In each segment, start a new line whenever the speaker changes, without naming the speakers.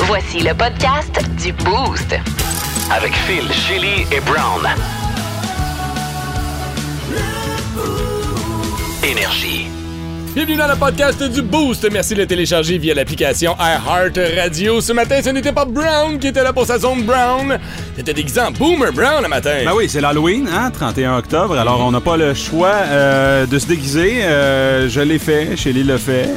Voici le podcast du Boost.
Avec Phil, Chili et Brown. Énergie.
Bienvenue dans le podcast du Boost. Merci de le télécharger via l'application iHeart Radio. Ce matin, ce n'était pas Brown qui était là pour sa zone Brown. C'était déguisé en Boomer Brown le matin.
Ben oui, c'est l'Halloween, hein, 31 octobre. Alors, on n'a pas le choix euh, de se déguiser. Euh, je l'ai fait, Shelly l'a fait.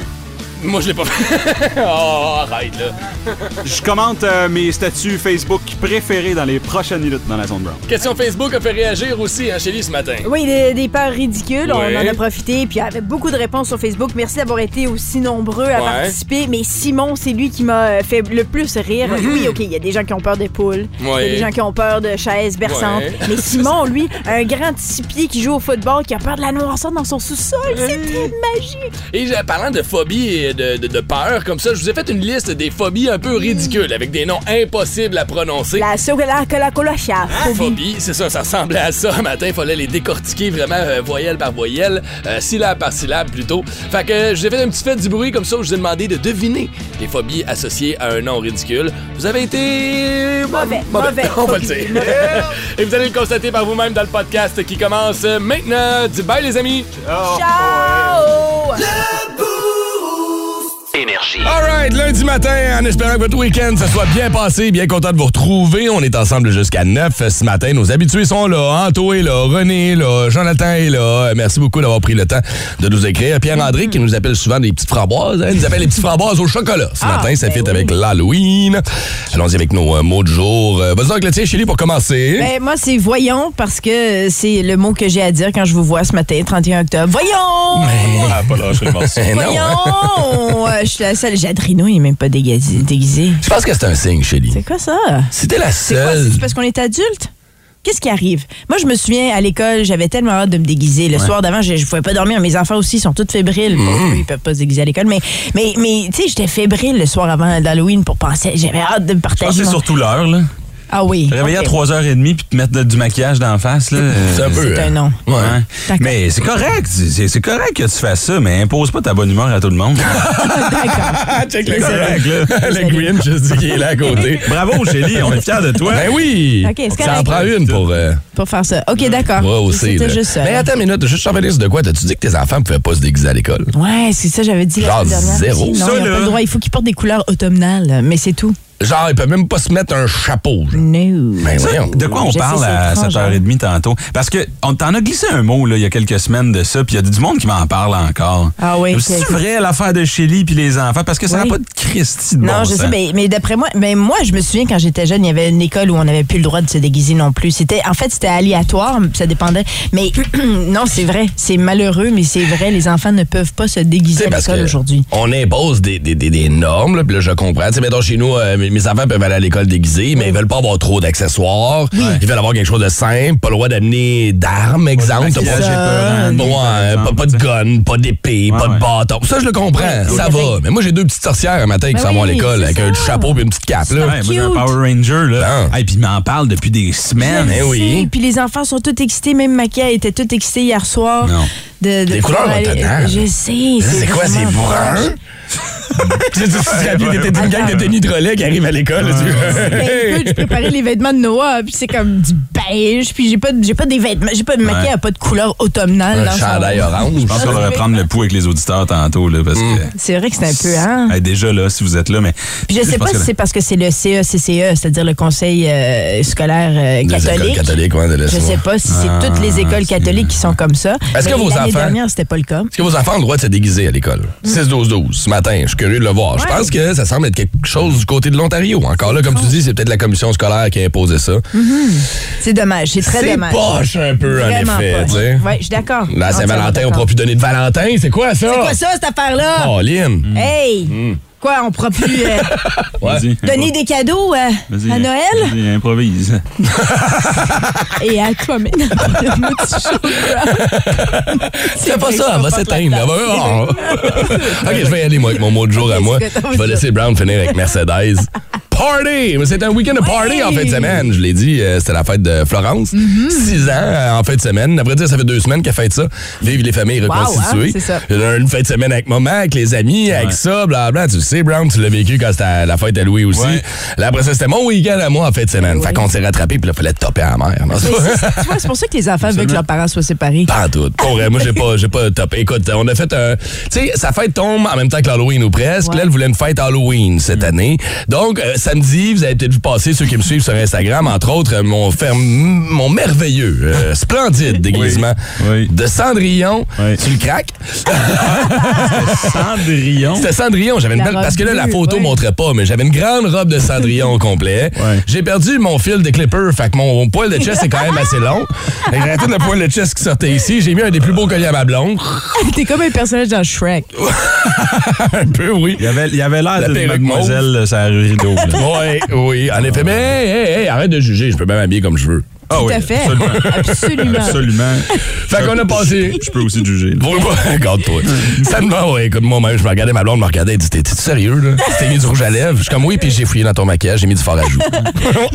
Moi, je l'ai pas fait. oh, arrête, là.
Je commente euh, mes statuts Facebook préférés dans les prochaines minutes dans la zone Brown.
Question Facebook a fait réagir aussi, hein, Chélie, ce matin.
Oui, des, des peurs ridicules.
Ouais.
On en a profité. Puis il y avait beaucoup de réponses sur Facebook. Merci d'avoir été aussi nombreux à
Ouais.
participer. Mais Simon, c'est lui qui m'a fait le plus rire. Oui, OK, il y a des gens qui ont peur de poules. Il y
Mhm. Ouais.
a des gens qui ont peur de chaises berçantes.
Ouais.
Mais Simon, lui, un grand six pieds qui joue au football, qui a peur de la noirceur dans son sous-sol. C'était magique.
Et euh, parlant de phobie et de, de, de peur, comme ça, je vous ai fait une liste des phobies un peu ridicules, avec des noms impossibles à prononcer.
La sola cola cola chia.
Phobie, Ah, c'est ça, ça ressemblait à ça. Un matin, il fallait les décortiquer vraiment euh, voyelle par voyelle, euh, syllabe par syllabe plutôt. Fait que euh, je vous ai fait un petit fait du bruit comme ça, où je vous ai demandé de deviner les phobies associées à un nom ridicule. Vous avez été...
Mauvais, mauvais,
on va le
phobie,
dire. Et vous allez le constater par vous-même dans le podcast qui commence maintenant. Du bye les amis!
Ciao!
Énergie.
Alright, lundi matin, en espérant que votre week-end se soit bien passé, bien content de vous retrouver. On est ensemble jusqu'à 9 ce matin. Nos habitués sont là. Anto est là, René est là, Jonathan est là. Merci beaucoup d'avoir pris le temps de nous écrire. Pierre-André, qui nous appelle souvent des petites framboises, hein, nous appelle les petites framboises au chocolat. Ce matin, ça
ben
fit
oui.
avec l'Halloween. Allons-y avec nos euh, mots de jour. Euh, Vas-y donc le tien, Chélie, pour commencer.
Ben, moi, c'est voyons parce que euh, c'est le mot que j'ai à dire quand je vous vois ce matin, 31 octobre. Voyons!
Ah, pas lâché le morceau. Non, hein.
Voyons! Euh, Je suis la seule. Jadrino, il est même pas déguisé. déguisé.
Je pense que c'est un signe, Chélie.
C'est quoi ça?
C'était la
C'est quoi?
seule.
C'est parce qu'on est adulte? Qu'est-ce qui arrive? Moi, je me souviens, à l'école, j'avais tellement hâte de me déguiser. Le soir d'avant, je ne pouvais pas dormir. Mes enfants aussi sont tous fébriles. Bon, eux,
Mm-hmm.
ils peuvent pas se déguiser à l'école. Mais, mais, mais tu sais, j'étais fébrile le soir avant d'Halloween pour penser. J'avais hâte de me
Ah,
partager.
c'est
mon-
surtout l'heure, là.
Ah oui.
Te Réveiller à
ok.
3h30 puis te mettre de- du maquillage d'en face, là. euh,
C'est un peu.
C'est
hein.
un nom.
Ouais.
D'accord.
Mais c'est correct. C'est c'est correct que tu fasses ça, mais impose pas ta bonne humeur à tout le monde.
D'accord.
Ah, check le
Correct, là.
Le Grinch, je dis qu'il est là à côté.
Bravo, Chélie, on est fiers de toi.
Ben oui!
Ok, c'est
ça en
correct.
prend une pour euh,
Pour faire ça. OK, d'accord.
moi aussi.
C'était
là.
juste ça.
Mais attends une minute, juste revenir sur de quoi? T'as-tu dit que tes enfants pouvaient pas se déguiser à l'école?
Ouais, c'est ça, j'avais dit la
Genre
semaine dernière.
zéro.
Non, ils
Ça,
ont
là.
pas le droit. Il faut qu'ils portent des couleurs automnales, mais c'est tout.
Genre, ils peuvent même pas se mettre un chapeau. genre.
No.
Ben voyons.
De quoi on
Je sais,
parle
c'est
à
étrange, hein.
7h30 tantôt? Parce que on t'en a glissé un mot là, il y a quelques semaines de ça, puis il y a du monde qui m'en parle encore.
Ah oui,
C'est
quel-
vrai l'affaire de Chélie puis les enfants, parce que ça n'a
Oui.
pas de Christie de
Non,
bon
je
sens.
sais, mais, mais d'après moi, mais moi, je me souviens quand j'étais jeune, il y avait une école où on n'avait plus le droit de se déguiser non plus. C'était, en fait, c'était aléatoire, ça dépendait. Mais non, c'est vrai, c'est malheureux, mais c'est vrai, les enfants ne peuvent pas se
Tu
déguiser
sais,
à
parce
l'école
que
aujourd'hui.
On impose des, des, des, des normes, là, puis là, je comprends. Tu sais, mettons, chez nous, euh, mes mes enfants peuvent aller à l'école déguisés, mais ils veulent pas avoir trop d'accessoires. Ils veulent avoir quelque chose de simple, pas le droit d'amener d'armes, exemple. T'as
Là,
pas-
j'ai peur, hein,
Ouais,
par
euh,
exemple,
pas, pas
tu
de
sais.
gun, pas d'épée, pas de
ouais.
bâton. Ça, je le comprends. ça va. Mais moi, j'ai deux petites sorcières un matin qui
Ben
s'en vont à
oui,
l'école
c'est
avec
ça.
un petit chapeau et une petite cape. Là.
Ouais, moi, j'ai un
Cute.
Power Ranger, là.
Ben.
Et puis il m'en parle depuis des semaines.
Eh oui.
Et puis les enfants sont tous excités, même Maquia était toute excitée hier soir.
Non.
De, de
Les couleurs
pouvoir aller-
automnales.
Je sais.
C'est quoi, c'est
vraiment
brun? Tu sais, tu te rappelles, t'étais d'une gang de Denis Drolet qui arrive à l'école. là, tu-
Ben, écoute, je préparais les vêtements de Noah, puis c'est comme du beige, puis j'ai pas, j'ai pas des vêtements, j'ai pas de maquillage, pas de couleur automnale. dans
Un
son-
chandail ah. orange.
Je pense qu'on va reprendre le pouls avec les auditeurs tantôt, là, parce
Mm.
que.
C'est vrai que c'est un peu, hein?
Hey, déjà là, si vous êtes là, mais.
Puis je sais
pense
pas si
que-
c'est parce que c'est le E, CECCE, c'est-à-dire le Conseil euh, scolaire euh,
Des écoles
catholique.
catholiques, ouais, de
Je
laisse-moi.
sais pas si c'est
Ah,
toutes les écoles catholiques qui sont comme ça.
Est-ce que
Mais
vos
L'année
enfants-
dernière, c'était pas le cas.
Est-ce que vos enfants ont le droit de se déguiser à l'école? 6-12-12, ce matin, je suis curieux de le voir. Je
Mm. Ouais. Oh.
pense que ça semble être quelque chose du côté de l'Ontario. Encore là, comme tu dis, c'est peut-être la commission scolaire qui a imposé ça.
C'est dommage, c'est très
C'est
dommage.
poche un peu,
Vraiment
en effet.
poche.
tu sais.
Ouais, je suis d'accord.
La Saint-Valentin, on pourra plus donner de Valentin. C'est quoi ça?
C'est quoi ça, cette affaire-là?
Oh, Hmm. Lynn.
Hey! Quoi, on pourra plus euh,
Vas-y.
donner des cadeaux euh,
Vas-y,
à Noël? Bah.
vas-y, improvise.
Et à toi, mais non, le mot du show, Brown.
C'est pas
vrai que je
ça, elle va
porte la
s'éteindre.
tasse.
elle va- oh. ok, je vais y aller, moi, avec mon mot de jour à
Ok,
moi.
c'est quoi ton
Je vais
mot de
laisser Brown finir avec Mercedes. party! C'est un week-end de party
Ouais.
en fin de semaine. Je l'ai dit, euh, c'était la fête de Florence.
Mm-hmm.
Six ans euh, en fin de semaine. Après dire, ça fait deux semaines qu'elle fête ça. Vive les familles
Wow, hein,
reconstituées.
c'est ça.
Une fin de semaine avec maman, avec les amis, avec ça, blablabla. Tu le sais, Brown, tu l'as vécu quand c'était la fête à Louis aussi.
Ouais.
Là, après ça, c'était mon week-end à moi en fin de semaine. Fait qu'on s'est rattrapé, puis là, fallait topper à la mer. Non, c'est
Mais
pas-
c'est- c'est- tu vois, c'est pour ça que les enfants veulent que leurs parents soient séparés.
pas en tout. Pour vrai, moi, j'ai pas, j'ai pas top. Écoute, on a fait un. Tu sais, sa fête tombe en même temps que l'Halloween ou presque.
Ouais. Mm.
Là, elle voulait une fête Halloween cette année. Donc, euh, samedi, vous avez peut-être vu passer ceux qui me suivent sur Instagram, entre autres, euh, mon, fer- mon merveilleux, euh, splendide déguisement
Oui.
de Cendrillon.
Oui.
Tu le craques?
Ah
Ah,
Cendrillon.
C'était Cendrillon. J'avais une
La
belle.
robe
Parce que là, la
bleue,
photo
ouais.
montrait pas, mais j'avais une grande robe de Cendrillon au complet.
Ouais.
J'ai perdu mon fil de clipper, fait que mon, mon poil de chest est quand même assez long. Fait que J'ai arrêté le poil de chest qui sortait ici. J'ai mis un des plus beaux colliers à ma blonde.
T'es comme un personnage dans Shrek.
Ah un peu, oui.
Il avait, il avait l'air
La
d'une
perruque mauve.
mademoiselle euh, sur la rue Rideau. là.
Oui, oui, en effet. Mais hey, hey, hey, arrête de juger, je peux même m'habiller comme je veux.
Ah
Tout
oui,
à fait.
Absolument.
Absolument.
Absolument.
Fait qu'on a passé.
Je peux aussi juger. là.
Faut pas- Regarde-toi. Ça me ouais, écoute, moi-même, je me regardais, ma blonde me regardait, elle dit T'es t'es sérieux, là T'as mis du rouge à lèvres Je suis comme Oui, puis j'ai fouillé dans ton maquillage, j'ai mis du fard à joues.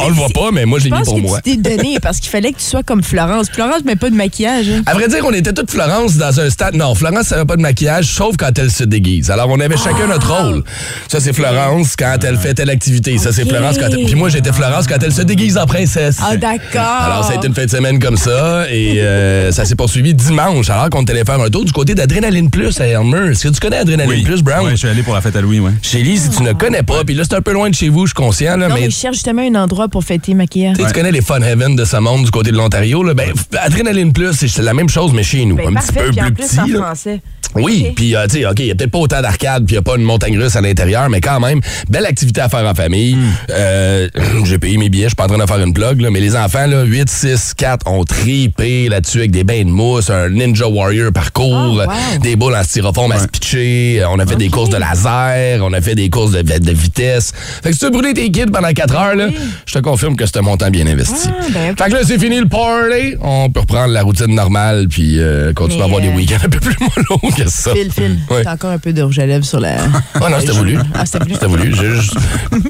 On le voit pas, mais moi, je
Je
l'ai mis
pense
pour
que
moi.
tu t'es donné parce qu'il fallait que tu sois comme Florence. Florence, mais pas de maquillage. hein.
À vrai dire, on était toutes Florence dans un stade. Non, Florence, ça n'avait pas de maquillage, sauf quand elle se déguise. Alors, on avait chacun
Ah!
notre rôle. Ça, c'est Florence quand elle fait telle activité. Ça, c'est
Ok.
Florence quand elle. Puis moi, j'étais Florence quand elle se déguise en princesse.
Ah, d'accord.
Alors, ça a été une fin de semaine comme ça et euh, ça s'est poursuivi dimanche alors qu'on était allé faire un tour du côté d'Adrénaline Plus à Elmer. Est-ce que tu connais Adrénaline Plus, Brown?
Ouais, je suis allé pour la fête à Louis, ouais.
Chélie, si tu ne connais pas, puis là, c'est un peu loin de chez vous, je suis conscient, là,
Non,
mais
mais je cherche justement un endroit pour fêter maquillage.
tu sais, tu connais les Fun Heaven de ce monde du côté de l'Ontario. là. Ben, f- Adrénaline Plus, c'est la même chose, mais chez nous.
Ben,
un
parfait,
petit peu
puis en
plus
plus en
petit. là.
français.
Oui,
Ok.
puis euh, tu sais, OK, il n'y a peut-être pas autant d'arcades, puis il n'y a pas une montagne russe à l'intérieur, mais quand même, belle activité à faire en famille.
Hmm.
Euh, J'ai payé mes billets, je suis pas en train de faire une plug, là, mais les enfants, là, 8, 6, 4, ont tripé là-dessus avec des bains de mousse, un Ninja Warrior parcours,
Ah, wow.
des boules en styrofoam à se pitcher, euh, on a fait des courses de laser, on a fait des courses de, de vitesse. Fait que si tu veux brûler tes kids pendant 4 heures, là, je te confirme que c'est un montant bien investi.
Ah, ben, ok.
Fait que là, c'est fini le party, on peut reprendre la routine normale, puis euh, continuer à
Mais,
avoir des
euh,
week-ends un peu plus mollo que ça.
Fil, fil.
Ouais.
T'as encore un peu de rouge à lèvres sur la.
Ah non, c'était voulu.
Ah, c'était voulu.
C'était voulu. J'ai juste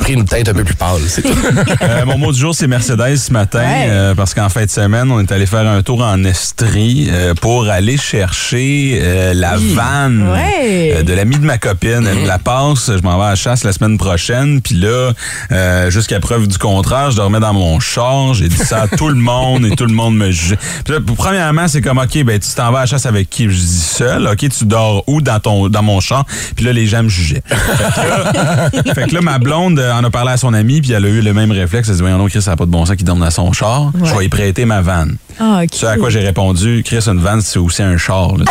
pris une tête un peu plus pâle, c'est tout.
Euh, mon mot du jour, c'est Mercedes ce matin,
Ouais.
euh, parce qu'en fin de semaine, on est allé faire un tour en Estrie euh, pour aller chercher euh, la vanne
Ouais.
euh, de l'ami de ma copine. Elle me la passe, je m'en vais à la chasse la semaine prochaine, puis là, euh, jusqu'à preuve du contraire, je dormais dans mon char, j'ai dit ça à tout le monde et tout le monde me juge. Puis là, premièrement, c'est comme, OK, ben, tu t'en vas à la chasse avec qui? Je dis seul, OK, tu dors où dans, ton, dans mon char? Puis là, les gens me jugeaient. fait que là, ma blonde euh, en a parlé à son amie, puis elle a eu le même réflexe. Elle a dit Voyons, donc, Chris, ça n'a pas de bon sens qui dorme dans son char. Je vais y prêter ma vanne.
Ah, ok.
Ce à quoi j'ai répondu Chris, une vanne, c'est aussi un char. là.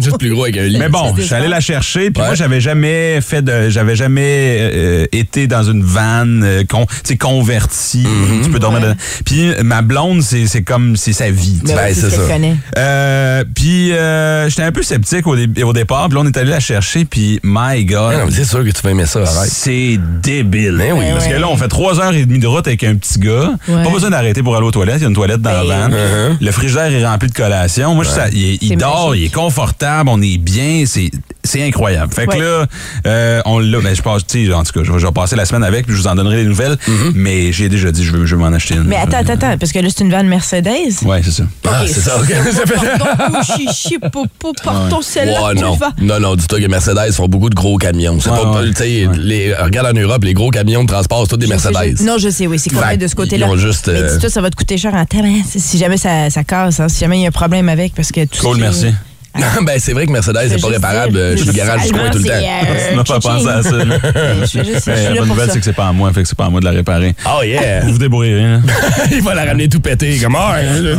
Juste plus gros avec un lit.
Euh, Mais bon,
C'est
je suis allé
décevant.
la chercher, puis
Ouais.
moi, j'avais jamais fait de. J'avais jamais euh, été dans une vanne euh, con- tu sais, convertie.
Mm-hmm.
Tu peux dormir
Ouais.
dedans. Puis ma blonde, c'est c'est comme. C'est sa vie. tu
Mais
sais.
oui,
Ben,
c'est
c'est
ce qu'elle
ça.
connaît.
Euh, puis euh, j'étais un peu sceptique au, dé- au départ, puis là, on est allé la chercher, puis my God.
Ah non, mais c'est sûr que tu vas aimer ça, arrête.
C'est débile.
Ben oui.
Parce que là, on fait trois heures et demie de route avec un petit gars.
Ouais. Ben uh-huh.
Pas besoin d'arrêter pour aller aux toilettes. Il y a une toilette dans la vanne. Le frigidaire est rempli de collations. Moi, je sais, il, il
C'est
dort,
magique.
il est confortable, on est bien. C'est. C'est incroyable. Fait que
Ouais.
là, euh, on l'a. Ben, je pense, tu sais, en tout cas, je vais, je vais passer la semaine avec, puis je vous en donnerai des nouvelles. Mais j'ai déjà dit, je veux, je veux m'en acheter une.
Mais attends, attends, attends, parce que là, c'est une vanne Mercedes.
Ouais, c'est ça.
Ah, c'est ça, ok. Ça fait-
Portons, oh, chichi, popo, portons celle-là.
Ouais,
pour le
non.
vent.
Non, non, dis-toi que Mercedes font beaucoup de gros camions. C'est
Ouais,
pas,
ouais.
tu sais, les, regarde en Europe, les gros camions de transport, c'est tous des
Je sais,
Mercedes.
je- Non, je sais, oui, c'est
Fait
correct de ce côté-là.
ils ont juste,
Mais
euh,
dis-toi, ça va te coûter cher en temps, hein, si si jamais ça, ça casse, hein, si jamais il y a un problème avec, parce que tout ce
Cool,
qui est-
merci.
ben, c'est vrai que Mercedes, c'est pas
Je veux
réparable.
dire,
euh, Je suis le garage du coin tout le
c'est,
temps.
euh,
Tu m'as pas
cha-ching.
pensé à ça. là.
Ben, Je suis juste- je
Mais
suis
la
là
bonne
pour
nouvelle,
ça.
c'est que c'est pas à moi, fait que c'est pas à moi de la réparer.
Oh yeah!
Vous vous débrouillerez. hein.
Il va la ramener tout pété, comme ah, hein.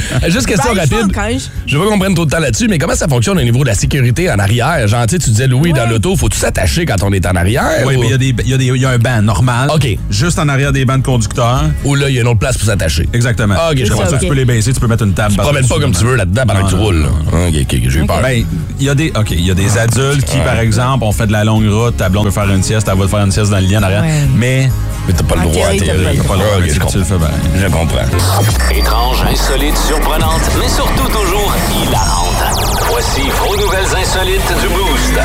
Juste question
Ben, je pense
rapide.
quand même.
Je veux pas qu'on prenne trop de temps là-dessus, mais comment ça fonctionne au niveau de la sécurité en arrière? Genre, tu sais, tu disais, Louis, dans l'auto, faut-tu s'attacher quand on est en arrière?
Oui,
ou...
mais il y a des- il y, a des- il y a un banc normal.
Euh, oh. OK.
Juste en arrière des bancs de conducteurs.
ou là, il y a une autre place pour s'attacher?
Exactement.
Ah, OK, je
Comme
comprends.
ça,
OK.
tu peux les baisser, tu peux mettre une table.
Tu te promènes pas comme tu veux là-dedans pendant que tu roules. là. OK, OK, j'ai eu peur.
Ben, il y a des, ok, il y a des adultes qui, par exemple, ont fait de la longue route, ta blonde veut faire une sieste, elle va te faire une sieste dans le lien en arrière.
Ouais.
Mais,
mais t'as pas le
OK,
droit,
oui,
t'es-
t'as pas le
t'as pas le droit.
droit,
OK,
mais
je
tu le fais
comprends. Je comprends.
Étrange, insolite, surprenante, mais surtout toujours hilarante. Voici vos nouvelles insolites du Boost.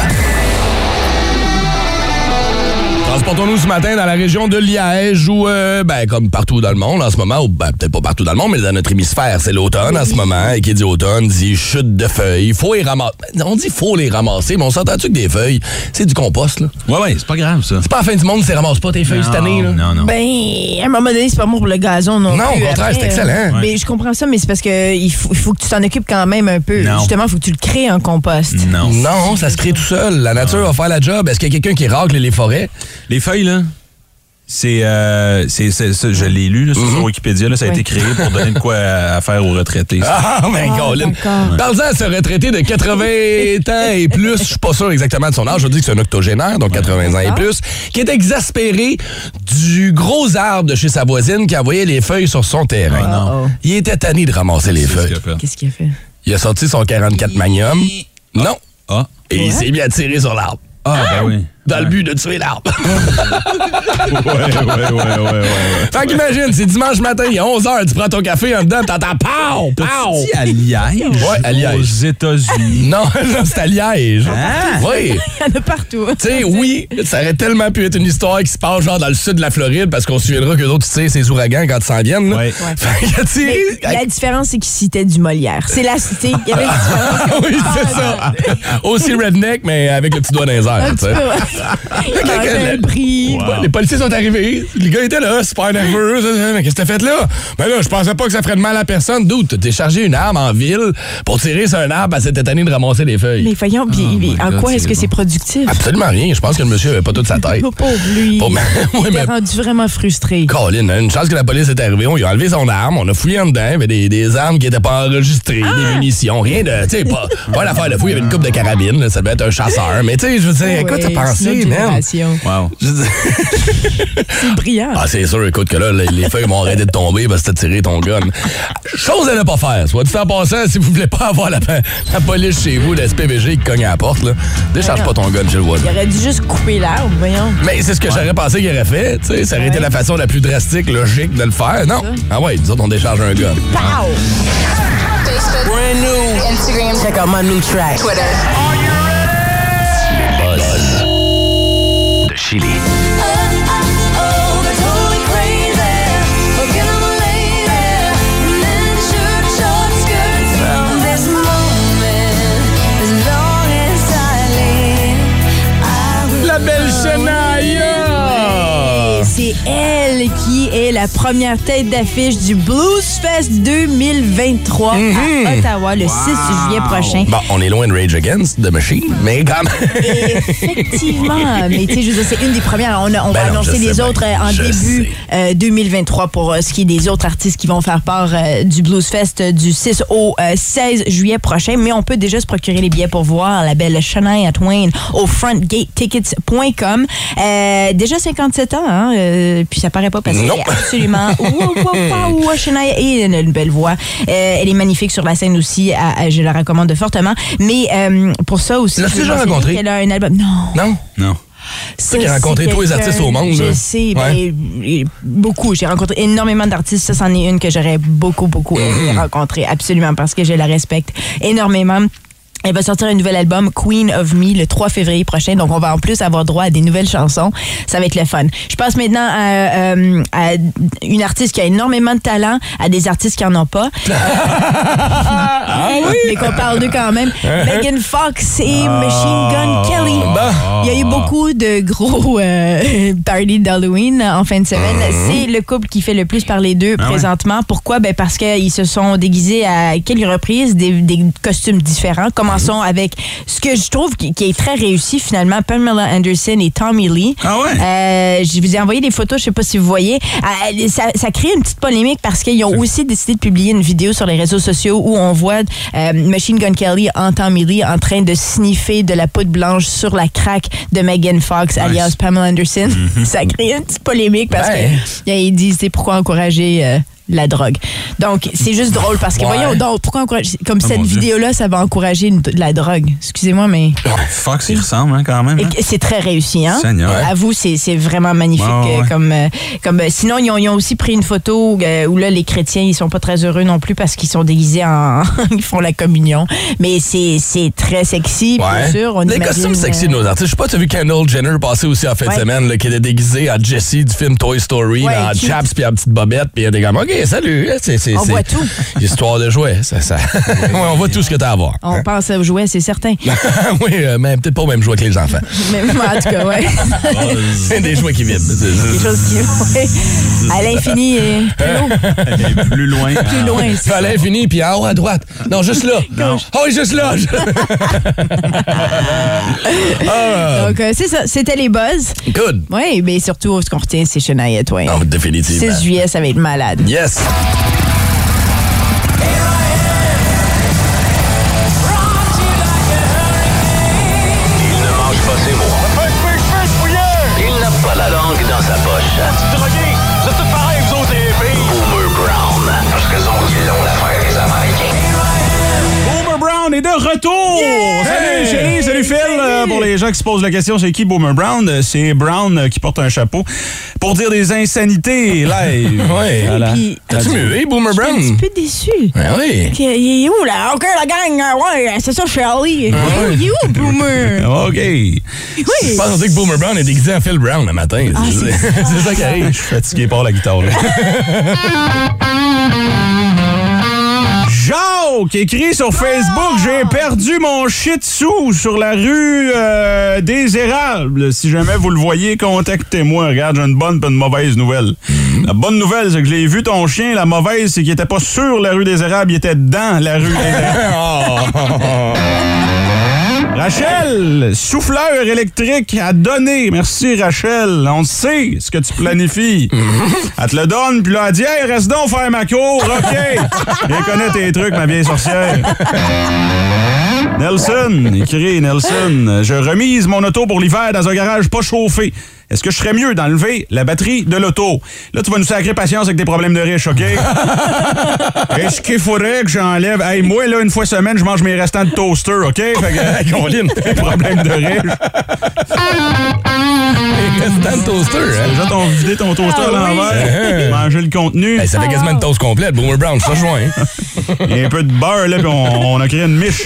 Transportons-nous ce matin dans la région de Liège où, euh, ben, comme partout dans le monde en ce moment, ou ben, peut-être pas partout dans le monde, mais dans notre hémisphère, c'est l'automne en ce moment. Et qui dit automne dit chute de feuilles. Faut les ramasser. Ben, On dit faut les ramasser, mais on s'entend-tu que des feuilles, c'est du compost, là?
Ouais, ouais, c'est pas grave, ça.
C'est pas la fin du monde si tu ramasses pas tes feuilles cette année, là?
Non, non.
Ben, à un moment donné, c'est pas bon pour le gazon non
Non, au
plus.
contraire,
Après,
c'est excellent.
euh, Mais je comprends ça, mais c'est parce que il faut, il faut que tu t'en occupes quand même un peu.
Non.
Justement, il faut que tu le crées en compost.
non.
Non, ça se crée tout seul. La nature va faire la job. Est-ce qu'il y a quelqu'un qui racle les forêts?
Les feuilles, là, c'est. euh, c'est- c'est- c'est- je l'ai lu là,
Mm-hmm.
sur Wikipédia, là, ça a été
Oui.
créé pour donner de quoi à, à faire aux retraités. ça.
Ah, ben,
Ah,
Colin.
d'accord.
Parle-en à ce retraité de 80 ans et plus, je suis pas sûr exactement de son âge, je dis que c'est un octogénaire, donc 80 ans et plus, qui est exaspéré du gros arbre de chez sa voisine qui envoyait les feuilles sur son terrain.
non.
Il était tanné de ramasser les
Ah, C'est ce
feuilles.
qu'il a fait.
Qu'est-ce qu'il a fait?
Il a sorti son 44 Magnum. Non.
Ah.
Et il s'est mis à tirer sur l'arbre.
Ah, ben oui.
Dans le but de tuer l'arbre.
Ouais, ouais, ouais, ouais, ouais. ouais.
fait qu'imagine, c'est dimanche matin, il est 11h, tu prends ton café en dedans, t'entends pow, pow.
Dit à Liège.
Ouais, à Liège.
Aux États-Unis.
Non, non, c'est à Liège.
Il
Oui.
y en a partout.
Tu sais, oui, ça aurait tellement pu être une histoire qui se passe genre dans le sud de la Floride parce qu'on se souviendra que d'autres tirent ces ouragans quand ils s'en viennent. là.
Ouais.
Fait que, tu sais,
Mais
avec-
la différence, c'est qu'il citait du Molière. C'est la cité. Il y avait une différence.
oui, c'est ça. Aussi redneck, mais avec le petit doigt dans les airs, tu sais.
Il mangeait un prix.
Ouais, Les policiers sont arrivés. Les gars étaient là, super nerveux. Mais qu'est-ce que t'as fait là? Mais là, je pensais pas que ça ferait de mal à personne. D'où t'as déchargé une arme en ville pour tirer sur un arbre à cette année de ramasser les feuilles.
Mais voyons, puis-
Oh my
en
God,
quoi
c'est Ah, ben,
est-ce que
bon.
c'est productif?
Absolument rien. Je pense que le monsieur avait pas toute sa tête.
Pauvre lui.
Pauvre- Oui,
Il
ben, mais-
était rendu vraiment frustré.
Colin, hein, une chance que la police est arrivée, on lui a enlevé son arme, on a fouillé en dedans, il y avait des, des armes qui n'étaient pas enregistrées,
Ah!
des munitions, rien de. Tu sais, pas, pas l'affaire de fouille, il y avait une coupe de carabine, là, ça devait être un chasseur. Mais tu sais, je veux dire, écoute, t'as
Ouais, c'est
pensé,
notre
man.
génération.
Wow.
Je veux dire-
C'est brillant.
Ah, c'est sûr, écoute, que là, les, les feuilles vont arrêter de tomber parce que t'as tiré ton gun. Chose à ne pas faire, soit dit en passant, si vous voulez pas avoir la, la police chez vous, la SPVG qui cogne à la porte, là, décharge pas ton gun chez le voisin.
Il aurait dû juste couper l'arbre, voyons.
Mais c'est ce que j'aurais pensé qu'il aurait fait. tu sais, Ça aurait été
Ouais.
la façon la plus drastique, logique de le faire. Non. Ah ouais, nous autres, on décharge un gun.
Pow!
Brand new.
Instagram,
Check out my new track.
Twitter.
De Chili.
La belle Shania!
C'est elle qui est la première tête d'affiche du Blues Fest 2023 à Ottawa le 6 juillet prochain.
Bon, on est loin de Rage Against the Machine, mais quand même.
Effectivement, euh, mais tu sais, je veux dire, c'est une des premières. On, a- on
Ben
va
non, je
annoncer
sais
les
bien.
autres euh, en
Je
début
sais.
euh, 2023 pour euh, ce qui est des autres artistes qui vont faire part euh, du Blues Fest euh, du 6 au euh, 16 juillet prochain. Mais on peut déjà se procurer les billets pour voir la belle Shania Twain au frontgatetickets.com. Euh, déjà 57 ans, hein, euh, puis ça paraît pas parce
Non.
que absolument. Ouh, ouh, ouh, ouh, ouh, Shania et elle a une belle voix. Euh, elle est magnifique sur la scène aussi. à- à- je la recommande fortement. Mais euh, pour ça aussi,
L'as-tu
je veux
déjà
mentionner
rencontré?
qu'elle a un album. Non.
Non?
Non.
C'est
qui as rencontré
c'est
tous les artistes au monde,
Je
là.
sais, ben, et- beaucoup. J'ai rencontré énormément d'artistes. Ça, c'en est une que j'aurais beaucoup, beaucoup aimé
Mm-hmm.
rencontrer. Absolument, parce que je la respecte énormément. Elle va sortir un nouvel album, Queen of Me, le 3 février prochain. Donc, on va en plus avoir droit à des nouvelles chansons. Ça va être le fun. Je passe maintenant à, euh, à une artiste qui a énormément de talent, à des artistes qui en ont pas.
Ah
Mais qu'on parle d'eux quand même. Megan Fox et Machine Gun Kelly.
Ah.
Il
Ah.
y a eu beaucoup de gros euh, parties d'Halloween en fin de semaine.
Ah.
C'est le couple qui fait le plus parler d'eux présentement. Pourquoi? Ben parce qu'ils se sont déguisés à quelques reprises, des, des costumes différents. Commençons
Ah.
avec ce que je trouve qui, qui est très réussi finalement, Pamela Anderson et Tommy Lee.
Ah ouais?
Euh, je vous ai envoyé des photos, je sais pas si vous voyez. Euh, ça, ça crée une petite polémique parce qu'ils ont aussi décidé de publier une vidéo sur les réseaux sociaux où on voit euh, Machine Gun Kelly en Tommy Lee en train de sniffer de la poudre blanche sur la craque de Megan Fox,
Mm-hmm.
alias Pamela Anderson. ça crée une petite polémique parce
Ben.
que qu'ils disent c'est pourquoi encourager euh, la drogue. Donc, c'est juste drôle parce que
Ouais.
voyons donc, pourquoi encourage- Comme
Ah,
cette
mon Dieu.
vidéo-là, ça va encourager une- de la drogue. Excusez-moi, mais.
Oh, Fuck, il ressemble hein, quand même.
Et
hein.
que- C'est très réussi, hein?
Seigneur.
Euh, Avoue, c'est c'est vraiment magnifique.
Ouais, ouais,
euh,
ouais.
Comme, euh, comme, euh, sinon, ils ont, ils ont aussi pris une photo euh, où là, les chrétiens, ils sont pas très heureux non plus parce qu'ils sont déguisés en. ils font la communion. Mais c'est c'est très sexy, bien sûr. On
Les
imagine,
costumes sexy
euh,
de nos artistes. Je sais pas, tu as vu Kendall Jenner passer aussi en fin de
Ouais.
semaine, là, qui était déguisée à Jessie du film Toy Story,
Ouais,
là, en
cute.
chaps puis en petite bobette, puis elle était comme, OK, salut. là, c'est- c'est-
On
c'est-
voit tout.
Histoire de jouets, ça. ça. Ouais, on voit tout ce que t'as à voir.
On pense aux jouets, c'est certain.
oui, euh, mais peut-être pas au même jouet que les enfants.
Mais en tout cas, ouais.
Des jouets qui vibrent.
Des choses qui ouais. à l'infini hein. et plus haut,
Et plus loin.
plus loin. c'est
À
ça.
l'infini, puis en haut à droite. Non, juste là.
Non.
Oh, oui, juste là. Ah,
Donc, euh, c'est ça. C'était les buzz.
good.
Oui, mais surtout, ce qu'on retient, c'est Shania Twain.
Ah
Oh,
ben.
définitivement.
6 juillet, ça va être malade.
Yes.
Il ne mange pas ses mots. Il n'a pas la langue dans sa poche. Boomer Brown. Parce qu'eux autres, ils l'ont l'affaire des Américains.
Boomer Brown est de retour! Salut chérie, salut Phil! Euh, pour les gens qui se posent la question, c'est qui Boomer Brown? Euh, C'est Brown euh, qui porte un chapeau pour dire des insanités live.
Oui.
Voilà.
Puis-
T'as-tu mué, Boomer
Hmm.
Je suis un
Brown?
petit peu déçu.
Ben oui.
Il est où, là? OK, la gang, euh, ouais, c'est ça, Charlie.
Ah
Ouais.
Il est où, Boomer?
OK.
Je
Oui.
pense que Boomer Brown est déguisé en Phil Brown le matin. Ah, c'est c'est ça
Hey,
qui
je
arrive.
suis fatigué par la guitare. là. Jacques écrit sur Facebook J'ai perdu mon shih tzu sur la rue euh, des Érables. Si jamais vous le voyez, contactez-moi. Regarde, j'ai une bonne et une mauvaise nouvelle. La bonne nouvelle, c'est que je l'ai vu ton chien. La mauvaise, c'est qu'il était pas sur la rue des Érables, il était dans la rue des Érables. Rachel, souffleur électrique à donner. Merci, Rachel. On sait ce que tu planifies. Elle te le donne, puis là, elle dit Hey, reste donc faire ma cour, OK. Bien connais tes trucs, ma vieille sorcière. Nelson, écrit Nelson, je remise mon auto pour l'hiver dans un garage pas chauffé. Est-ce que je serais mieux d'enlever la batterie de l'auto? Là, tu vas nous sacrer patience avec tes problèmes de riche, OK? Est-ce qu'il faudrait que j'enlève. Hey, moi, là, une fois semaine, je mange mes restants de toaster, OK? Fait que, Caroline, problème de riche.
Dans le toaster, hein?
Déjà, t'ont vidé ton toaster à l'envers, manger le contenu.
Ben, ça fait quasiment une toast complète, Boomer Brown, je te rejoins. hein?
Il y a un peu de beurre, là, puis on, on a créé une miche.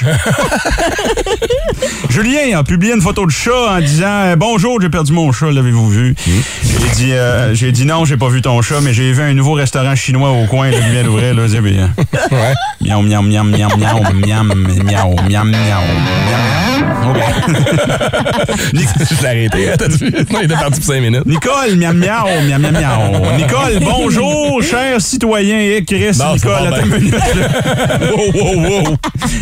Julien a publié une photo de chat en disant euh, Bonjour, j'ai perdu mon chat, l'avez-vous vu
Hmm.
J'ai dit, euh, j'ai dit Non, j'ai pas vu ton chat, mais j'ai vu un nouveau restaurant chinois au coin, là, qui vient d'ouvrir. là, j'ai dit, Ben, euh, Miaou, miaou, miaou, miaou, miaou, miaou, miaou, miaou, miaou, miaou. Ok.
Je l'ai arrêté, hein, t'as vu? Non, il était parti pour 5 minutes.
Nicole, miam miam, miam miam miam. Nicole, bonjour, cher citoyen. Et Chris,
Non, c'est
Nicole,
pas
attends
bien.
une minute. wow, wow, wow.